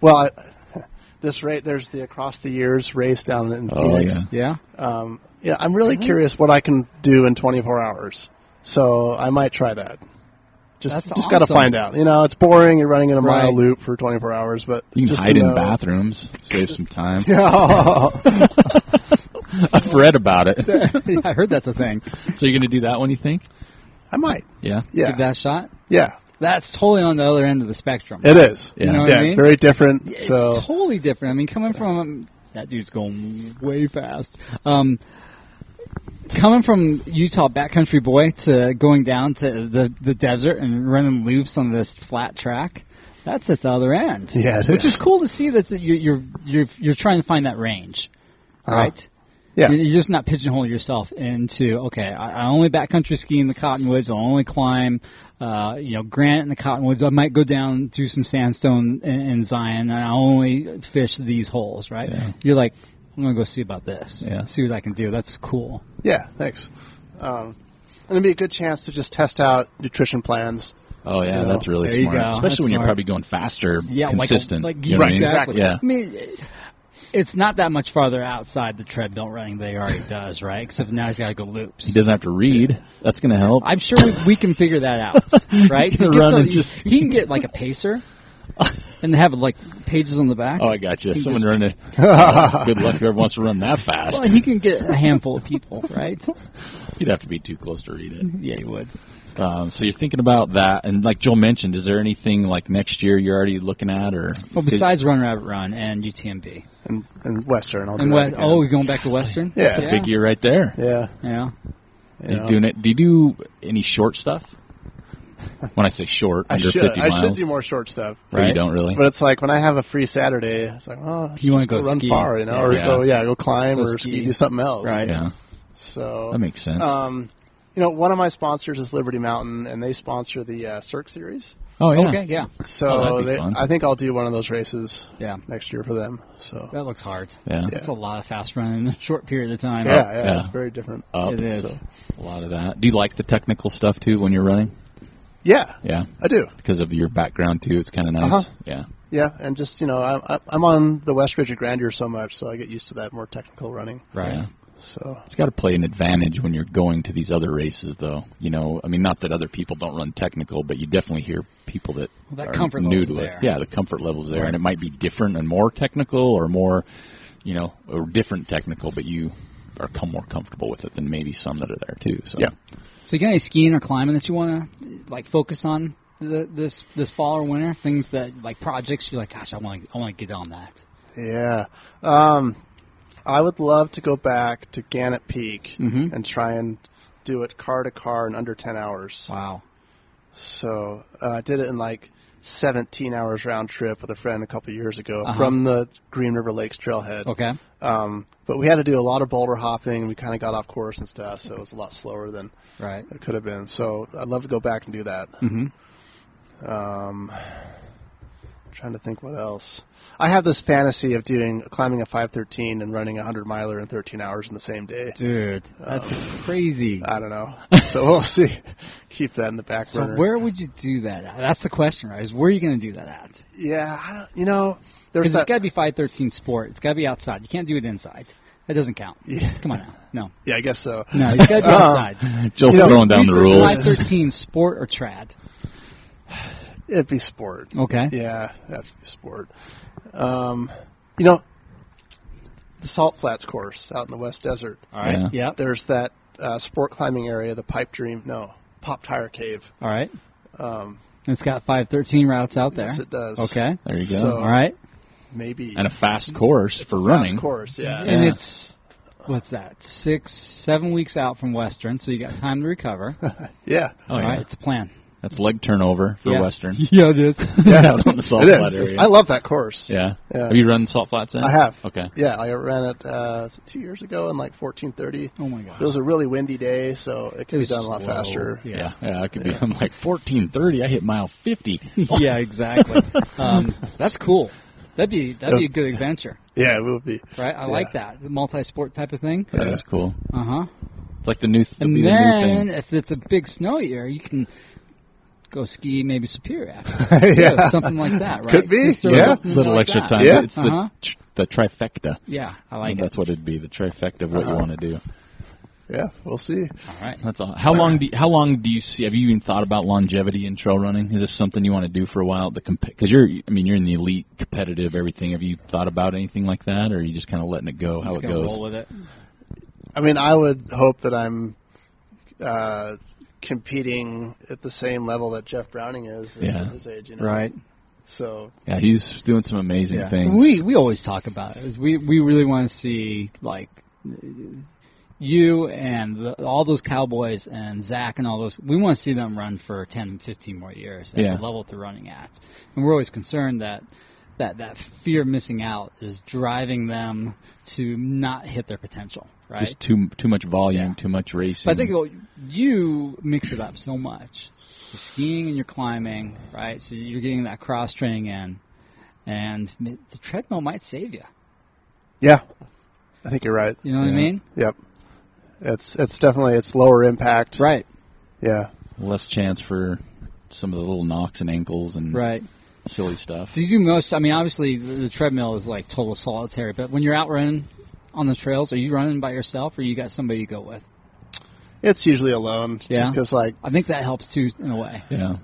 well, I, this rate there's the across the years race down in
Oh,
Phoenix.
yeah.
Yeah.
Um, yeah,
Mm-hmm.
I'm really curious what I can do in 24 hours. So I might try that. Just
That's
just got to
awesome.
find out. You know, it's boring. You're running in a
Right.
mile loop for 24 hours, but
You can
just
hide
to
in
know-
bathrooms, save some time.
Yeah.
I've read about it.
I heard that's a thing.
So you're going to do that one, you think?
I might.
Yeah.
Yeah.
Give that a shot.
yeah.
That's totally on the other end of the spectrum.
It is.
You know
what
yeah,
I mean?
it's very different.
Yeah,
so
it's totally different. I mean, coming from um, that dude's going way fast. Um, coming from Utah backcountry boy to going down to the the desert and running loops on this flat track, that's at the other end.
Yeah, it
which
is.
is cool to see that you- you're you're you're trying to find that range,
Uh-huh.
right?
yeah,
You're- You're just not pigeonholing yourself into okay. I, I only backcountry ski in the Cottonwoods. I'll only climb, uh, you know, granite in the Cottonwoods. I might go down do some sandstone in, in Zion, and I only fish these holes. Right?
Yeah.
You're like, I'm gonna go see about this.
Yeah.
See what I can do. That's cool.
yeah. Thanks. Um, and it'd be a good chance to just test out nutrition plans.
Oh yeah,
You know,
that's really
there you
smart.
go.
Especially
That's
when you're
smart.
probably going faster,
Yeah. like-
consistent.
Like,
you know what I mean?
exactly.
Yeah.
I mean, it- it's not that much farther outside the treadmill running that he already E does, right? Except now he's got to go loops.
He doesn't have to read. That's going to help.
I'm sure we, we can figure that out, right?
He's gonna
He gets
run
on-
and just-
he can get like a pacer, and have like pages on the back.
oh, I got you.
He
Someone
just-
run it. Good luck whoever wants to run that fast.
Well, he can get a handful of people, right?
You'd have to be too close to read it.
Yeah, he would.
Um, so you're thinking about that, and like Joel mentioned, is there anything like next year you're already looking at, or
Well, besides Run Rabbit Run and UTMB,
and, and Western. I'll do
and
that
what?
again.
Oh, we're going back to Western.
Yeah.
It's a big year right there?
yeah.
Yeah.
you
You
know.
doing it? Do you do any short stuff? When I say short,
I
under
should.
50
I should
miles,
do more short stuff.
But you don't really.
But it's like when I have a free Saturday, it's like, oh,
You wanna
just go,
go
run
ski.
far, you know,
Yeah.
or
Yeah.
go yeah, go climb
Go
or
ski.
ski, do something else.
Right.
yeah,
So
that makes sense.
Um, you know, one of my sponsors is Liberty Mountain, and they sponsor the uh, Cirque Series.
oh yeah,
Okay. Yeah.
So
Oh, that'd be
they,
fun.
I think I'll do one of those races
Yeah.
next year for them. So
That looks hard.
yeah,
Yeah.
That's a lot of fast running in a short period of time.
yeah, yeah,
yeah.
it's very different.
Up,
It is.
a lot of that. Do you like the technical stuff too when you're running?
Yeah,
Yeah,
I do.
because of your background too, it's kind of nice.
Uh-huh.
Yeah,
Yeah, and just you know, I, I, I'm on the West Ridge of Grandeur so much, so I get used to that more technical running.
Right.
Yeah.
So
It's got to play an advantage when you're going to these other races, though. You know, I mean, not that other people don't run technical, but you definitely hear people that,
Well, that
are
comfort
new
level's
to
there.
it. Yeah, the comfort level's there, and it might be different and more technical, or more, you know, or different technical, but you are come more comfortable with it than maybe some that are there too. So
Yeah.
So you got any skiing or climbing that you want to like focus on the, this this fall or winter? Things that like projects you're like, gosh, I want to I want to get on that.
yeah, um, I would love to go back to Gannett Peak
Mhm.
and try and do it car to car in under 10 hours.
Wow.
So uh, I did it in like 17 hours round trip with a friend a couple of years ago
Uh-huh.
from the Green River Lakes trailhead.
Okay.
Um, but we had to do a lot of boulder hopping. We kind of got off course and stuff, so it was a lot slower than
Right.
it could have been. So I'd love to go back and do that.
Mm-hmm.
Um, trying to think what else. I have this fantasy of doing climbing a 513 and running a 100 miler in 13 hours in the same day.
Dude, that's
Oh.
crazy.
I don't know. So we'll see. Keep that in the back
So
burner.
where would you do that at? That's the question, right? Is where are you going to do that at?
Yeah, I don't, you know, there's
Because
that.
it's got to be 513 sport. It's got to be outside. You can't do it inside. That doesn't count.
Yeah.
Come on now. No.
Yeah, I guess so.
No, it's got to be
Uh,
outside.
Joel's
You know,
throwing down the
You said
Oh. rules.
513 sport or trad.
It'd be sport.
Okay.
Yeah, that's sport. Um, you know, the Salt Flats course out in the West Desert.
All right.
Yeah.
Yeah.
There's that uh, sport climbing area, the Pipe Dream. No, Pop Tire Cave.
All right.
Um,
It's got 513 routes out there.
Yes, it does.
Okay.
There you go.
So-
All right.
Maybe.
and a fast course for running.
Of course, yeah.
And
Yeah.
it's what's that? Six, seven weeks out from Western, so you got time to recover. All
Yeah.
Oh
right.
yeah,
It's a plan.
that's leg turnover for
Yeah.
Western.
Yeah, it is.
Out on the salt
It is.
flat area.
I love that course.
yeah.
Yeah.
Have you run salt flats? Then?
I have.
Okay.
Yeah, I ran it uh, two years ago in like 1430.
Oh my gosh.
It was a really windy day, so it could be done a lot faster.
Yeah.
Yeah, yeah, it could be. I'm like 14:30. I hit mile 50.
yeah, exactly. Um, that's cool. That'd be that'd be a good adventure,
Yeah, it would be.
right? I like that the multi-sport type of thing.
That is cool.
Uh huh.
It's like the new, th-
And
be the new
then
thing.
if it's a big snow year, you can go ski maybe Superior after.
yeah.
something like that, right?
Could be,
Just throw
yeah.
something
little
like
extra
that.
time.
Yeah.
It's
Uh-huh.
the, tr- the trifecta.
Yeah, I like
that's
it.
what it'd be. The trifecta of what you want to do.
yeah, we'll see.
Uh-huh. All right, that's all. How long do you, how long do you see? Have you even thought about longevity in trail running? Is this something you want to do for a while? The because you're I mean you're in the elite competitive everything. Have you thought about anything like that, or are you just kind of letting it go how
Just
it
gonna
goes?
roll with it.
I mean, I would hope that I'm uh, competing at the same level that Jeff Browning is
Yeah.
at his age, you know.
Right.
So
Yeah, he's doing some amazing things.
We we always talk about it. Is we we really want to see like you and the, all those cowboys and Zach and all those. We want to see them run for 10, 15 more years at
Yeah.
the level they're running at, and we're always concerned that. That, that fear of missing out is driving them to not hit their potential, right?
Just too too much volume, too much racing.
But I think it'll- you mix it up so much. You're skiing and you're climbing, right? So you're getting that cross training in, and m- the treadmill might save you.
yeah, I think you're right.
You know what
Yeah.
I mean?
Yep. It's it's definitely it's lower impact.
Right,
Yeah.
less chance for some of the little knocks and ankles and
right.
silly stuff.
Mm. So you do most. I mean, obviously the, the treadmill is like total solitary. But when you're out running on the trails, are you running by yourself, or you got somebody you go with?
It's usually alone.
Yeah.
because like
I think that helps too in a way.
Yeah.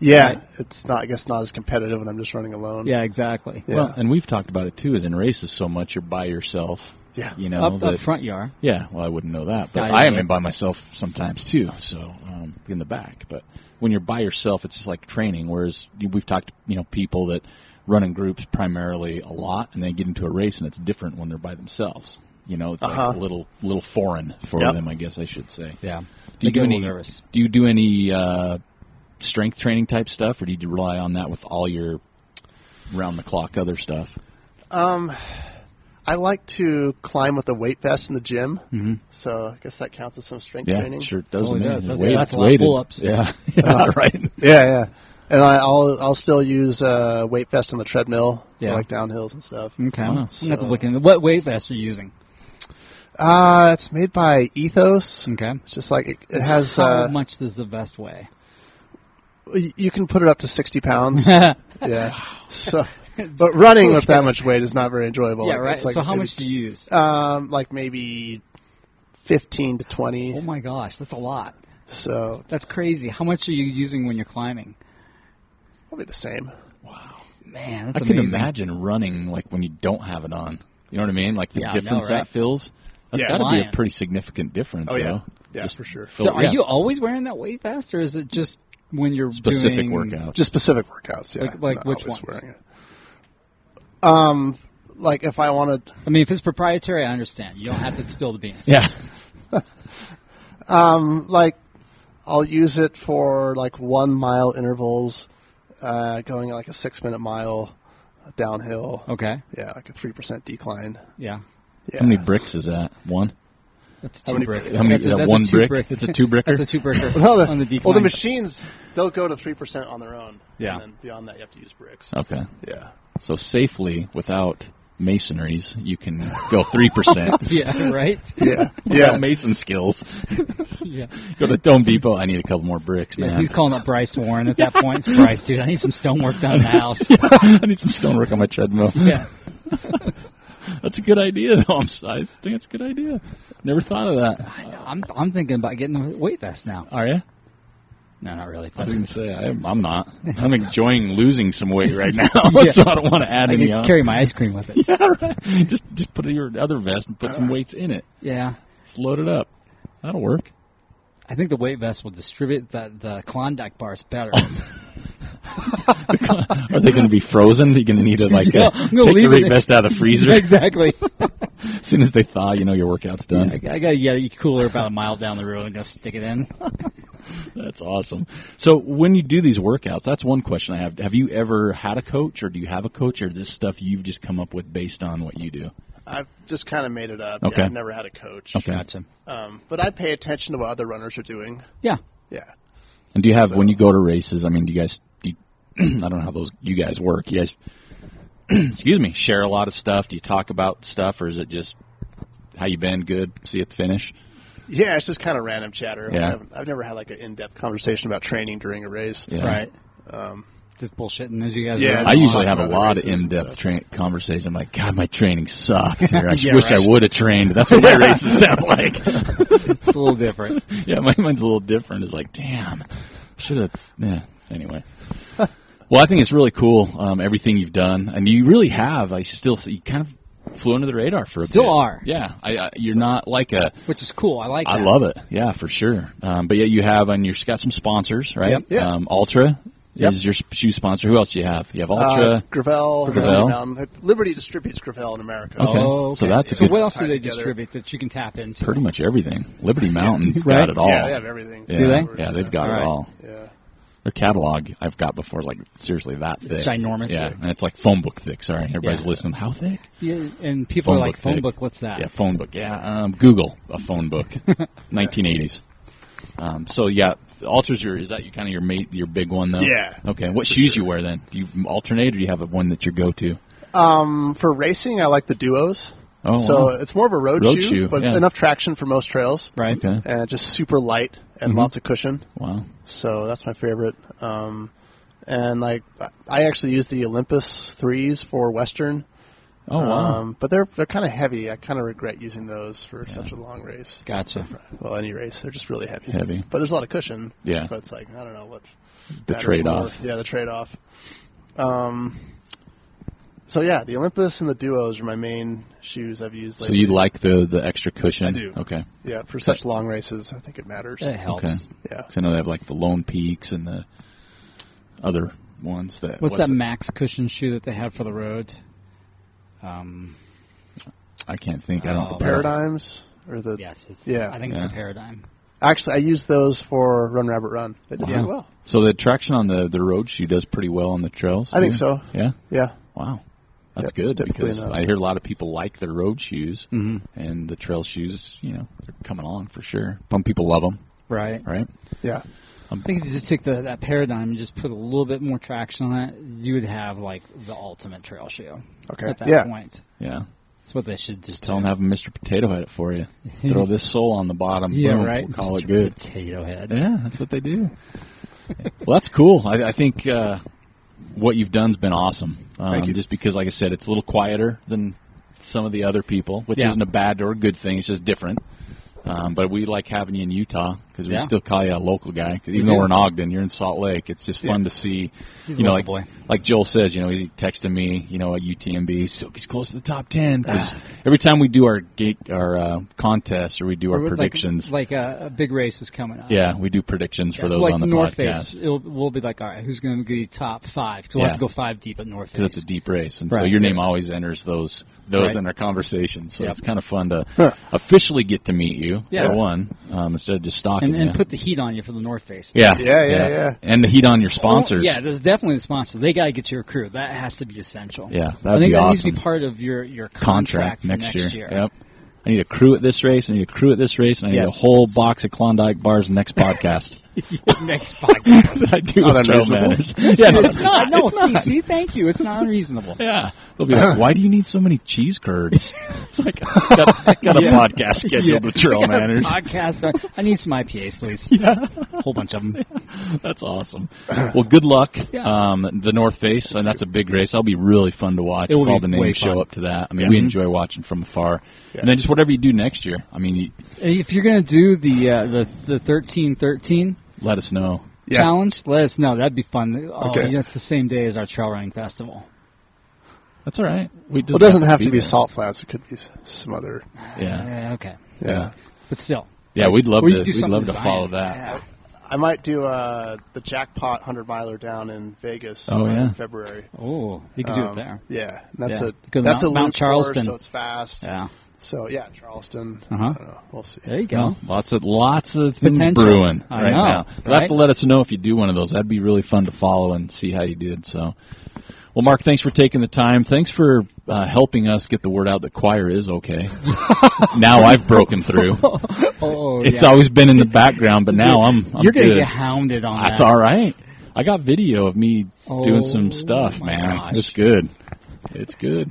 yeah,
Right.
it's not I guess not as competitive when I'm just running alone.
Yeah, exactly.
Yeah.
Well, and we've talked about it too. Is in races so much you're by yourself.
Yeah.
You know
up
that
up front you are.
Yeah, well, I wouldn't know that, but
Yeah,
I
yeah.
am in by myself sometimes too. So um, in the back, but when you're by yourself, it's just like training. Whereas you- we've talked, you know, people that run in groups primarily a lot, and they get into a race, and it's different when they're by themselves. You know, it's like
Uh-huh.
a little little foreign for
Yep.
them, I guess I should say.
Yeah.
Do you
They get
do
a
any?
little nervous.
Do you do any uh, strength training type stuff, or do you rely on that with all your round the clock other stuff?
Um, I like to climb with a weight vest in the gym.
Mhm.
So I guess that counts as some strength
Yeah,
training.
sure does.
Totally
man.
Oh, does.
It's
That's-
weighted-
that's
it's
a lot of
weighted.
pull-ups.
Yeah, yeah, right.
Yeah, yeah. And I, I'll I'll still use uh, weight vest on the treadmill, for,
Yeah.
like downhills and stuff.
Okay.
Wow.
I'm gonna have to look into what weight vest are you using.
Uh, it's made by Ethos.
Okay.
It's just like it, it has.
How
Uh,
much does the vest weigh?
y- you can put it up to sixty pounds.
yeah,
yeah. So, but running with that much weight is not very enjoyable. Like,
right.
It's like
so how
maybe-
much do you use?
Um, like maybe fifteen to twenty.
Oh my gosh, that's a lot.
So
That's crazy. How much are you using when you're climbing?
probably the same.
Man, that's
I can
amazing.
imagine running like when you don't have it on. You know what I mean? Like the
Yeah, I know,
difference
right?
that feels. That's
Yeah.
got to be a
Lion.
pretty significant difference.
Oh, yeah.
though.
Yeah,
Just
for sure.
feel-
So are
yeah,
you always wearing that weight vest, or is it just when you're
specific
doing
workout?
Just specific workouts. Yeah.
Like- like
Not
which
always
ones?
Wearing it. Um, like if I wanted,
I mean, if it's proprietary, I understand. You don't have to spill the beans.
yeah,
um, like I'll use it for like one mile intervals, uh, going like a six minute mile downhill.
Okay.
Yeah, like a three percent decline.
Yeah.
Yeah.
How many bricks is that? One.
That's a
How
two
many-
brick.
how many-
That's
is
a,
that
that's
one
a two
brick?
brick?
It's a two bricker?
that's a two bricker
Well, the,
on the
well, the
decline.
machines they'll go to three percent on their own.
Yeah.
And then beyond that, you have to use bricks.
Okay.
Yeah.
So safely without masonries, you can go three percent.
yeah. Right.
Yeah.
Without
yeah.
mason skills.
yeah.
Go to Dome Depot. I need a couple more bricks,
Yeah,
man.
he's calling up Bryce Warren at that point. It's Bryce, dude, I need some stonework done in the house.
I need some stonework on my treadmill.
Yeah.
That's a good idea. Though. I'm, si- I think that's a good idea. Never thought of that.
I'm I'm thinking about getting a weight vest now.
Are you?
No, not really.
I was going to say I, am- I'm not. I'm enjoying losing some weight right now, so I don't want to add
I
any
can
on.
carry my ice cream with it.
Yeah, right. Just just put in your other vest and put some weights in it.
Yeah.
Just load it up. That'll work.
I think the weight vest will distribute the, the Klondike bars better.
Are they going to be frozen? Are you going to need to like
Yeah,
uh,
I'm
take
gonna
the
leave
weight
it-
vest out of the freezer
exactly.
as soon as they thaw. You know your workout's done.
I, I gotta get a cooler about a mile down the road and go stick it in.
That's awesome. So when you do these workouts, that's one question I have. Have you ever had a coach, or do you have a coach, or this stuff you've just come up with based on what you do?
I've just kind of made it up.
Okay.
Yeah, I've never had a coach.
Okay.
Gotcha.
Um, but I pay attention to what other runners are doing.
Yeah.
Yeah.
And do you have when you go to races? I mean, do you guys? Do you, I don't know how those you guys work. You guys, excuse me, share a lot of stuff. Do you talk about stuff, or is it just how you been? Good. See you at the finish.
Yeah, it's just kind of random chatter.
Yeah.
I haven't, I've never had like an in-depth conversation about training during a race.
Yeah.
Right.
Um,
just bullshitting as you guys.
Yeah,
are.
I
There's a
usually
lot
have a
of other
lot of
races,
in-depth
but-
tra- conversation. I'm like, God, my training sucked. Or, I
Yeah,
wish I
right.
would have trained. That's what my races sound like.
it's a little different.
yeah, my mine's a little different. It's like, damn, should have. Yeah. Anyway. Well, I think it's really cool. Um, everything you've done, and you really have. I still, you kind of flew under the radar for a
Still
bit.
are.
Yeah, I, I, you're not like a.
Which is cool. I like.
I
that.
love it. Yeah, for sure. Um, but yeah, you have, and you've got some sponsors, right?
Yep.
Yeah.
Um, Ultra
Yep.
is your s- shoe sponsor. Who else do you have? You have Ultra.
Uh, Gravel,
Gravel.
Liberty Mountain. Liberty distributes Gravel in America.
Okay.
Oh,
So that's a
so
good-
what else do
Tied
they
together.
distribute that you can tap into?
pretty much everything. Liberty Mountain's
Right.
got it all.
Yeah, they have everything.
Yeah,
Do they?
yeah, they've got
All
it
right.
all.
Yeah.
Their catalog I've got before is like seriously that thick.
Ginormous.
Yeah, and it's like phone book thick. Sorry, everybody's
Yeah.
listening. How thick?
Yeah, and people
Phone
are like,
book
phone
thick.
book, what's that?
Yeah, phone book. Yeah, um, Google a phone book, 1980s. Um, so yeah, alters your is that your kind of your mate your big one though?
Yeah.
Okay. What shoes you wear then? Do you alternate or do you have a one that you go to?
Um, for racing, I like the duos.
Oh,
so
wow.
it's more of a road,
Road
shoe,
shoe,
but
yeah.
enough traction for most trails,
Right.
okay.
and just super light and
Mhm.
lots of cushion.
Wow.
So that's my favorite. Um, and like, I- I actually use the Olympus threes for Western.
Oh wow.
Um, but they're they're kind of heavy. I kind of regret using those for such a long race.
Gotcha.
Well, any race, they're just really heavy.
Heavy.
But there's a lot of cushion.
Yeah.
But it's like I don't know what
The
matters
trade-off.
more. Yeah, the trade-off. Um. So yeah, the Olympus and the duos are my main shoes I've used.
so
Lately.
you like the the extra cushion?
I do.
Okay.
Yeah, for such long races, I think it matters.
That helps.
Okay.
Yeah.
'Cause I know they have like the Lone Peaks and the other ones that.
What's
what
that
is it?
max cushion shoe that they had for the road? Um,
I can't think. I don't.
Oh,
know.
Paradigms or the
yes. It's,
Yeah.
I think
Yeah.
it's the paradigm.
actually I used those for Run Rabbit Run. They did
Wow.
pretty well.
So the traction on the the road shoe does pretty well on the trails.
I think
too?
so.
Yeah.
Yeah.
Wow. That's
Yeah,
good
typically
because
not.
I hear a lot of people like their road shoes
Mm-hmm.
and the trail shoes. You know, they're coming on for sure. Some people love them,
Right.
right?
Yeah.
I think if you just took the, that paradigm and just put a little bit more traction on it, you would have like the ultimate trail shoe.
Okay.
At that
Yeah.
point,
Yeah.
that's what they should just
Tell
do.
them have a Mr. Potato Head it for you. Throw this sole on the bottom.
Yeah,
boom,
right.
We'll call
Just
it good.
Potato head.
Yeah, that's what they do. well, that's cool. I, I think uh, what you've done's been awesome. Um,
Thank you.
Just because, like I said, it's a little quieter than some of the other people, which
Yeah.
isn't a bad or a good thing. It's just different. Um, but we like having you in Utah because we
Yeah.
still call you a local guy. 'cause even
do.
though we're in Ogden, you're in Salt Lake. It's just fun to see.
He's a
you know,
local
like
boy.
like Joel says, you know, he texted me, you know, at UTMB, so he's close to the top ten.
Ah.
'cause every time we do our gate, our uh, contests or we do our
Or
predictions,
Like, like a, a big race is coming up.
yeah, we do predictions
Yeah,
for those
like
on the
North
podcast.
Face, it'll, we'll be like, all right, who's going to be top five? Because we'll have
Yeah.
to go five deep at North Face.
because it's a deep race, and so
Right.
your name always enters those those
Right.
in our conversation. So
Yep.
it's kind of fun to
Huh.
officially get to meet you
Yeah.
for one, um, instead of just stalking
and,
you.
and put the heat on you for the North Face.
yeah.
Yeah, yeah, yeah.
and the heat on your sponsors.
yeah, there's definitely the sponsor. They got to get your crew. That has to be essential.
Yeah, that'd
I think
be
that needs to be
awesome.
part of your your
contract
for
next,
next
year. Yep. I need a crew at this race. I need a crew at this race, and I need
Yes.
a whole box of Klondike bars next podcast.
next podcast.
I do
Not
with trail
unreasonable.
manners. yeah, no,
it's not. No, see, thank you. It's not unreasonable.
Yeah. They'll be like, why do you need so many cheese curds? it's like, I got, got a podcast scheduled with Trail Manners.
Podcast. uh, I need some IPAs, please. A whole bunch of them.
That's awesome. Well, good luck.
Yeah.
Um, the North Face, and that's a big race. That'll be really fun to watch.
It will
if all
be
the names
way
show
fun.
up to that. I mean, we enjoy watching from afar. And then just whatever you do next year. I mean, you,
If you're gonna do the uh, the the thirteen thirteen
let us know.
Yeah.
challenge, let us know. That'd be fun. Oh,
Okay.
yeah, it's the same day as our trail running festival.
That's all right. We
Well, it doesn't have to
be
be
there.
salt flats. It could be s- some other.
Yeah.
Uh, okay,
yeah.
but still,
Yeah, we'd love
we
to.
do
We'd
something
love to
design.
follow that.
Yeah.
I might do uh, the jackpot hundred miler down in Vegas.
Oh,
uh,
yeah.
in February.
Oh, you could do it
Um,
there.
Yeah, and that's
Yeah.
a
Because
that's
Mount-
a
Mount
loop course,
Charleston.
so it's fast.
Yeah,
So yeah, Charleston.
Uh-huh.
I don't know. We'll see.
there you go.
No, lots of lots of things
Potential.
brewing
I
right
know,
now. You'll have
right?
to let us know if you do one of those. That'd be really fun to follow and see how you did. So, well, Mark, thanks for taking the time. Thanks for uh, helping us get the word out that choir is okay. now I've broken through.
Oh,
It's
yeah.
always been in the background, but now I'm. I'm
You're gonna
good.
get hounded on
That's
that.
all right. I got video of me doing some
Oh,
stuff,
my
man.
gosh.
It's good. It's good.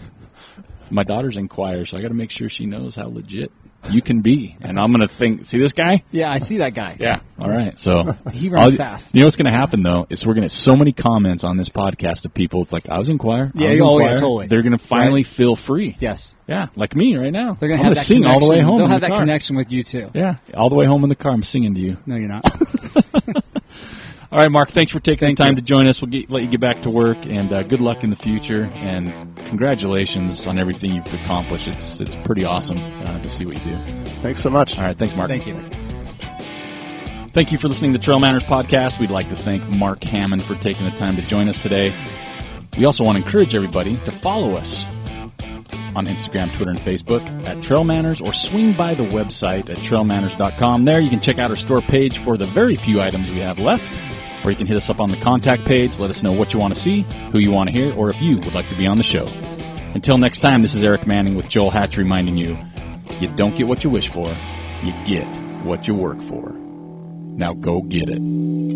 My daughter's in choir, so I got to make sure she knows how legit you can be. And I'm gonna think. See this guy?
Yeah, I see that guy.
Yeah, All right. So
He runs
I'll-
fast.
You know what's going to happen though is we're going to get so many comments on this podcast of people. It's like I was in choir.
Yeah,
I was in
oh, yeah,
choir."
totally.
They're going to finally feel free.
Yes,
Yeah, like me right now.
they're gonna
I'm
have
gonna
that
sing all the way
connection.
home.
They'll
in
have
the
that
car.
connection with you too.
Yeah, all the way home in the car. I'm singing to you.
No, you're not.
All right, Mark. Thanks for taking
Thank
the time to
you.
join us. We'll get, let you get back to work, and uh, good luck in the future. And congratulations on everything you've accomplished. It's it's pretty awesome uh, to see what you do.
Thanks so much.
All right, thanks, Mark.
Thank you.
Thank you for listening to Trail Manners Podcast. We'd like to thank Mark Hammond for taking the time to join us today. We also want to encourage everybody to follow us on Instagram, Twitter, and Facebook at Trail Manners or swing by the website at trailmanners.com. There you can check out our store page for the very few items we have left, or you can hit us up on the contact page. Let us know what you want to see, who you want to hear, or if you would like to be on the show. Until next time, this is Eric Manning with Joel Hatch reminding you you don't get what you wish for, you get what you work for. Now go get it.